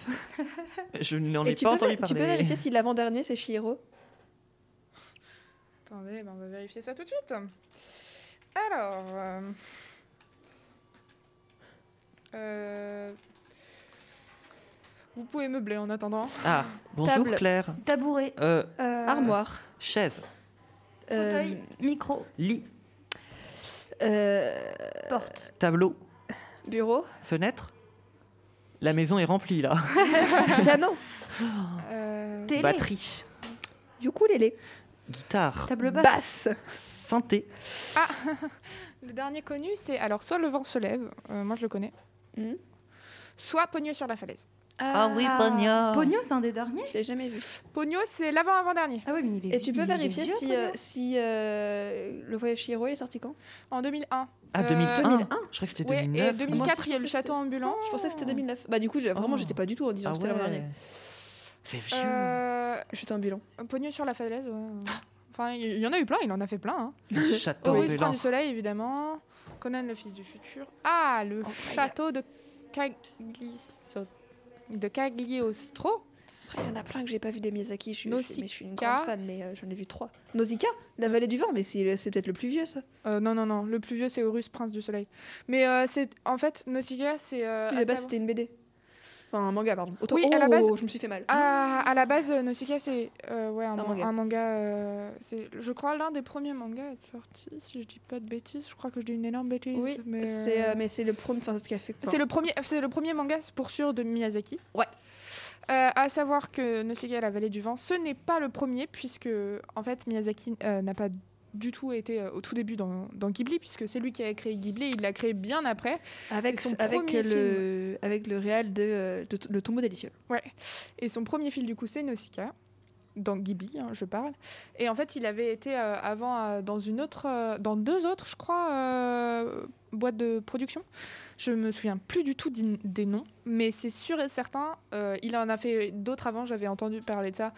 Speaker 4: Je n'en
Speaker 5: Et
Speaker 4: ai
Speaker 5: tu,
Speaker 4: pas
Speaker 5: peux,
Speaker 4: entendu
Speaker 5: ver- tu peux
Speaker 4: parler.
Speaker 5: vérifier si l'avant-dernier c'est Shihiro
Speaker 1: Attendez, ben on va vérifier ça tout de suite. Alors. euh, euh, Vous pouvez meubler en attendant.
Speaker 4: Ah, bonjour
Speaker 5: Table.
Speaker 4: Claire.
Speaker 2: Tabouret,
Speaker 4: Euh,
Speaker 2: euh,
Speaker 5: Armoire.
Speaker 4: chaise,
Speaker 2: fauteuil,
Speaker 5: Euh,
Speaker 2: micro,
Speaker 4: lit,
Speaker 5: euh,
Speaker 2: porte.
Speaker 4: tableau,
Speaker 5: bureau.
Speaker 4: fenêtre. La maison est remplie là.
Speaker 5: Piano. Oh.
Speaker 1: Euh,
Speaker 2: Télé,
Speaker 4: Batterie,
Speaker 5: Ukulélé.
Speaker 4: guitare,
Speaker 2: table basse.
Speaker 5: Basse.
Speaker 4: synthé.
Speaker 1: le dernier connu, c'est alors soit Le vent se lève, euh, moi je le connais,
Speaker 5: Mhm.
Speaker 1: soit Pogné sur la falaise.
Speaker 4: Ah oui, Pogno.
Speaker 2: Pogno, c'est un des derniers
Speaker 5: Je l'ai jamais vu.
Speaker 1: Pogno, c'est l'avant-avant-dernier,
Speaker 2: Ah oui, mais il est
Speaker 5: Et tu peux
Speaker 2: il est
Speaker 5: vérifier
Speaker 2: vieux,
Speaker 5: si,
Speaker 2: Pogno
Speaker 5: euh, si euh, le voyage Chihiro il est sorti quand
Speaker 1: en 2001.
Speaker 4: Ah,
Speaker 1: Euh,
Speaker 4: 2001.
Speaker 5: 2001.
Speaker 4: Je crois que c'était
Speaker 1: Ouais,
Speaker 4: 2009.
Speaker 1: et
Speaker 4: moi.
Speaker 1: 2004, il y a
Speaker 5: je
Speaker 1: le
Speaker 5: pensais
Speaker 1: château ambulant.
Speaker 5: Je pensais que c'était 2009. Bah du coup, j'ai- vraiment,
Speaker 4: Oh.
Speaker 5: j'étais pas du tout en disant
Speaker 4: Ah
Speaker 5: que c'était l'an
Speaker 4: ouais.
Speaker 5: dernier.
Speaker 4: C'est vieux.
Speaker 1: Euh,
Speaker 5: J'étais ambulant.
Speaker 1: Pogno sur la falaise, ouais. Enfin, il il y en a eu plein, il en a fait plein. Hein.
Speaker 4: Le château
Speaker 1: Horus,
Speaker 4: ambulant.
Speaker 1: Prince du Soleil, évidemment. Conan, le fils du futur. Ah, le château de Cagliostro. De Cagliostro
Speaker 5: Après, il y en a plein que j'ai pas vu des Miyazaki. Je, suis- je suis- mais je suis une
Speaker 1: Nausicaa.
Speaker 5: grande fan, mais euh, j'en ai vu trois. Nausicaa La vallée du vent, mais c'est c'est peut-être le plus vieux ça.
Speaker 1: Euh, Non, non, non. Le plus vieux, c'est Horus, Prince du Soleil. Mais euh, c'est en fait, Nausicaa, c'est. euh,
Speaker 5: À
Speaker 1: à
Speaker 5: la base,
Speaker 1: savoir-
Speaker 5: c'était une BD. Enfin, un manga, pardon. Autant-
Speaker 1: Oui, à la
Speaker 5: Oh,
Speaker 1: base- Ah,
Speaker 5: Je me suis fait mal.
Speaker 1: À, à la base, euh, Nausicaa, c'est euh, ouais, un,
Speaker 5: C'est
Speaker 1: man-
Speaker 5: un manga.
Speaker 1: un manga. euh, c'est, je crois, l'un des premiers mangas à être sorti, si je dis pas de bêtises. Je crois que je dis une énorme bêtise.
Speaker 5: Oui,
Speaker 1: mais,
Speaker 5: c'est,
Speaker 1: euh,
Speaker 5: euh, mais c'est le premier. Enfin, ce qui a fait.
Speaker 1: c'est le premier, c'est le premier manga pour sûr de Miyazaki.
Speaker 5: Ouais.
Speaker 1: Euh, à savoir que Nausicaa et la vallée du vent, ce n'est pas le premier puisque en fait Miyazaki euh, n'a pas du tout été euh, au tout début dans, dans Ghibli puisque c'est lui qui a créé Ghibli, il l'a créé bien après.
Speaker 5: avec,
Speaker 1: et son
Speaker 5: avec,
Speaker 1: premier
Speaker 5: le, avec le réal de, euh, de- Le tombeau délicieux.
Speaker 1: Ouais. Et son premier film, du coup, c'est Nausicaa, dans Ghibli, hein, je parle. Et en fait, il avait été euh, avant euh, dans une autre, euh, dans deux autres, je crois, euh, boîtes de production. Je me souviens plus du tout d'in- des noms, mais c'est sûr et certain. euh, il en a fait d'autres avant. J'avais entendu parler de ça.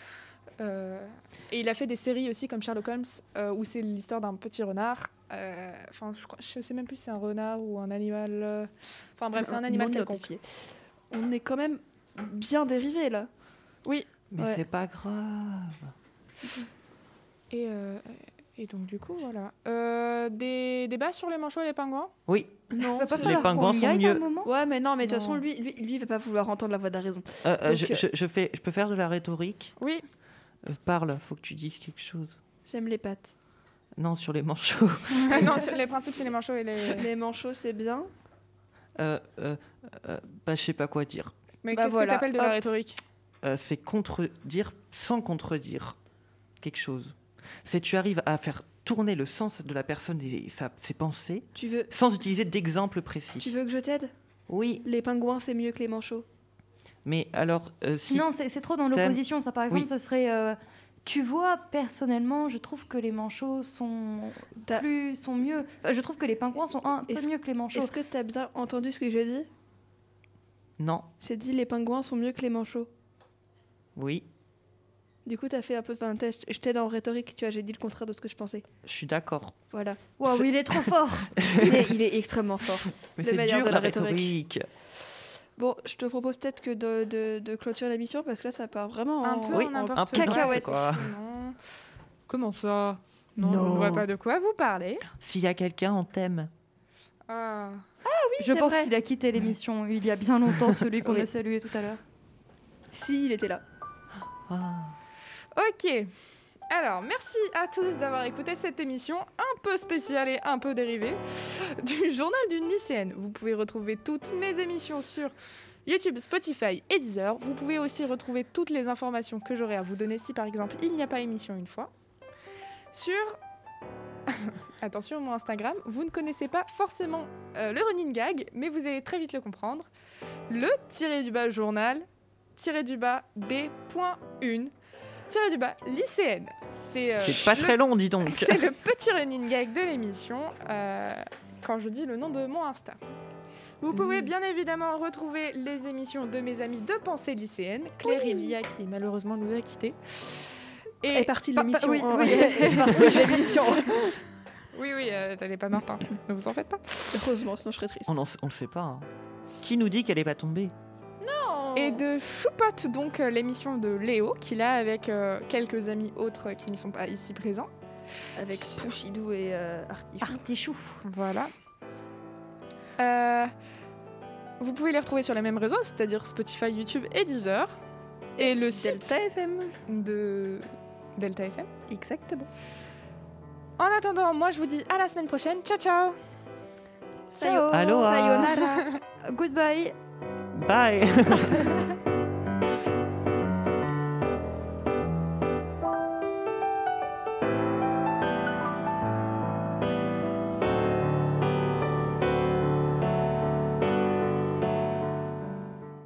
Speaker 1: Euh, et il a fait des séries aussi comme Sherlock Holmes, euh, où c'est l'histoire d'un petit renard. Euh, Enfin, je, crois- je sais même plus si c'est un renard ou un animal. euh, Enfin bref, c'est un animal
Speaker 5: Non
Speaker 1: quelconque.
Speaker 5: identifié. On est quand même bien dérivé là.
Speaker 4: Mais
Speaker 5: Ouais.
Speaker 4: c'est pas grave.
Speaker 1: Et, euh, et donc, du coup, voilà. Euh, des débats sur les manchots et les pingouins
Speaker 4: Oui.
Speaker 5: Non.
Speaker 2: Va pas
Speaker 4: Les
Speaker 2: falloir qu'on
Speaker 4: pingouins
Speaker 2: y
Speaker 4: sont
Speaker 2: aille
Speaker 4: mieux.
Speaker 2: un moment
Speaker 5: Ouais, mais non, mais de toute
Speaker 1: Non.
Speaker 5: façon, lui, lui, lui, il va pas vouloir entendre la voix de la raison.
Speaker 4: Euh, euh,
Speaker 5: Donc,
Speaker 4: je,
Speaker 5: euh,
Speaker 4: je- je fais, je peux faire de la rhétorique.
Speaker 1: Oui.
Speaker 4: Euh, parle, faut que tu dises quelque chose.
Speaker 5: J'aime les pattes.
Speaker 4: Non, sur les manchots.
Speaker 1: non, sur- les principes, c'est les manchots et les.
Speaker 5: Les manchots, c'est bien.
Speaker 4: Euh, euh, euh, bah, je sais pas quoi dire.
Speaker 1: Mais
Speaker 5: Bah
Speaker 1: qu'est-ce
Speaker 5: voilà,
Speaker 1: que t'appelles de la
Speaker 5: hop.
Speaker 1: rhétorique
Speaker 4: Euh, c'est contredire sans contredire quelque chose. C'est tu arrives à faire tourner le sens de la personne et sa- ses pensées
Speaker 5: Tu veux,
Speaker 4: sans utiliser d'exemple
Speaker 5: tu
Speaker 4: précis.
Speaker 5: veux que je t'aide
Speaker 4: Oui,
Speaker 5: Les pingouins, c'est mieux que les manchots.
Speaker 4: mais alors euh, si
Speaker 2: Non, c'est c'est trop dans
Speaker 4: Thème.
Speaker 2: l'opposition. Ça, par exemple,
Speaker 4: Oui.
Speaker 2: ce serait. euh, tu vois, personnellement, je trouve que les manchots sont
Speaker 5: T'as-
Speaker 2: plus, sont mieux. Enfin, je trouve que les pingouins sont un peu
Speaker 5: Est-ce-
Speaker 2: mieux que les manchots.
Speaker 5: Est-ce que t'as bien entendu ce que j'ai dit
Speaker 4: non,
Speaker 5: J'ai dit les pingouins sont mieux que les manchots.
Speaker 4: oui,
Speaker 5: Du coup, t'as fait un peu. Enfin, t'as- je t'aide en rhétorique, tu vois, j'ai dit le contraire de ce que je pensais.
Speaker 4: je suis d'accord.
Speaker 5: Voilà.
Speaker 2: Waouh, il est trop fort.
Speaker 5: il, est, il est extrêmement fort.
Speaker 4: Mais
Speaker 5: Le
Speaker 4: c'est
Speaker 5: meilleur
Speaker 4: dur
Speaker 5: de
Speaker 4: la
Speaker 5: la rhétorique.
Speaker 4: rhétorique.
Speaker 5: Bon, je te propose peut-être que de, de, de clôturer la mission parce que là, ça part vraiment.
Speaker 1: Un
Speaker 5: en-
Speaker 1: peu
Speaker 4: oui,
Speaker 1: en
Speaker 4: on-
Speaker 1: n'importe
Speaker 4: un peu
Speaker 1: quoi.
Speaker 5: cacahuète.
Speaker 4: Quoi.
Speaker 1: Non. Comment ça non, je
Speaker 4: Non.
Speaker 1: ne vois pas de quoi vous parlez.
Speaker 4: S'il y a quelqu'un en thème,
Speaker 1: Ah.
Speaker 2: je
Speaker 5: c'est
Speaker 2: pense
Speaker 5: vrai.
Speaker 2: qu'il a quitté l'émission il y a bien longtemps, celui qu'on
Speaker 5: Oui.
Speaker 2: a salué tout à l'heure.
Speaker 5: Si, il était là.
Speaker 4: Ah.
Speaker 1: Ok. Alors, merci à tous d'avoir écouté cette émission un peu spéciale et un peu dérivée du Journal d'une lycéenne. Vous pouvez retrouver toutes mes émissions sur YouTube, Spotify et Deezer. Vous pouvez aussi retrouver toutes les informations que j'aurai à vous donner si, par exemple, il n'y a pas émission une fois. Sur... Attention, mon Instagram, vous ne connaissez pas forcément euh, le running gag, mais vous allez très vite le comprendre. Le tiré du bas journal, tiré du bas D.1 tiré du bas, lycéenne. C'est euh,
Speaker 4: c'est pas
Speaker 1: le-
Speaker 4: très long, dis donc.
Speaker 1: C'est
Speaker 5: euh,
Speaker 1: le petit running gag de l'émission euh, quand je dis le nom de mon Insta. Vous
Speaker 5: Mm.
Speaker 1: pouvez bien évidemment retrouver les émissions de mes amis de pensée lycéenne, Claire et Lia qui malheureusement nous a quittés.
Speaker 5: Elle est
Speaker 1: Et
Speaker 5: partie de
Speaker 1: Pa- pa-
Speaker 5: l'émission.
Speaker 1: oui,
Speaker 5: hein.
Speaker 1: oui.
Speaker 5: Elle est partie de l'émission.
Speaker 1: oui oui, euh, elle n'est pas morte, hein. ne vous en faites pas.
Speaker 5: Heureusement, sinon je serais triste.
Speaker 4: On, en- on le sait pas. hein. Qui nous dit qu'elle est pas tombée
Speaker 5: Oh.
Speaker 1: Et de Choupote, donc euh, l'émission de Léo qu'il a avec euh, quelques amis autres qui ne sont pas ici présents.
Speaker 5: Avec Pouchidou et euh,
Speaker 2: Ah,
Speaker 5: Artichou.
Speaker 2: Artichou.
Speaker 1: Voilà. Euh, vous pouvez les retrouver sur les mêmes réseaux, c'est-à-dire Spotify, YouTube et Deezer. Et le site
Speaker 5: Delta FM.
Speaker 1: de Delta FM.
Speaker 5: Exactement.
Speaker 1: En attendant, moi je vous dis à la semaine prochaine. Ciao ciao
Speaker 2: Ciao.
Speaker 4: Aloha.
Speaker 2: Sayonara. Goodbye.
Speaker 4: Bye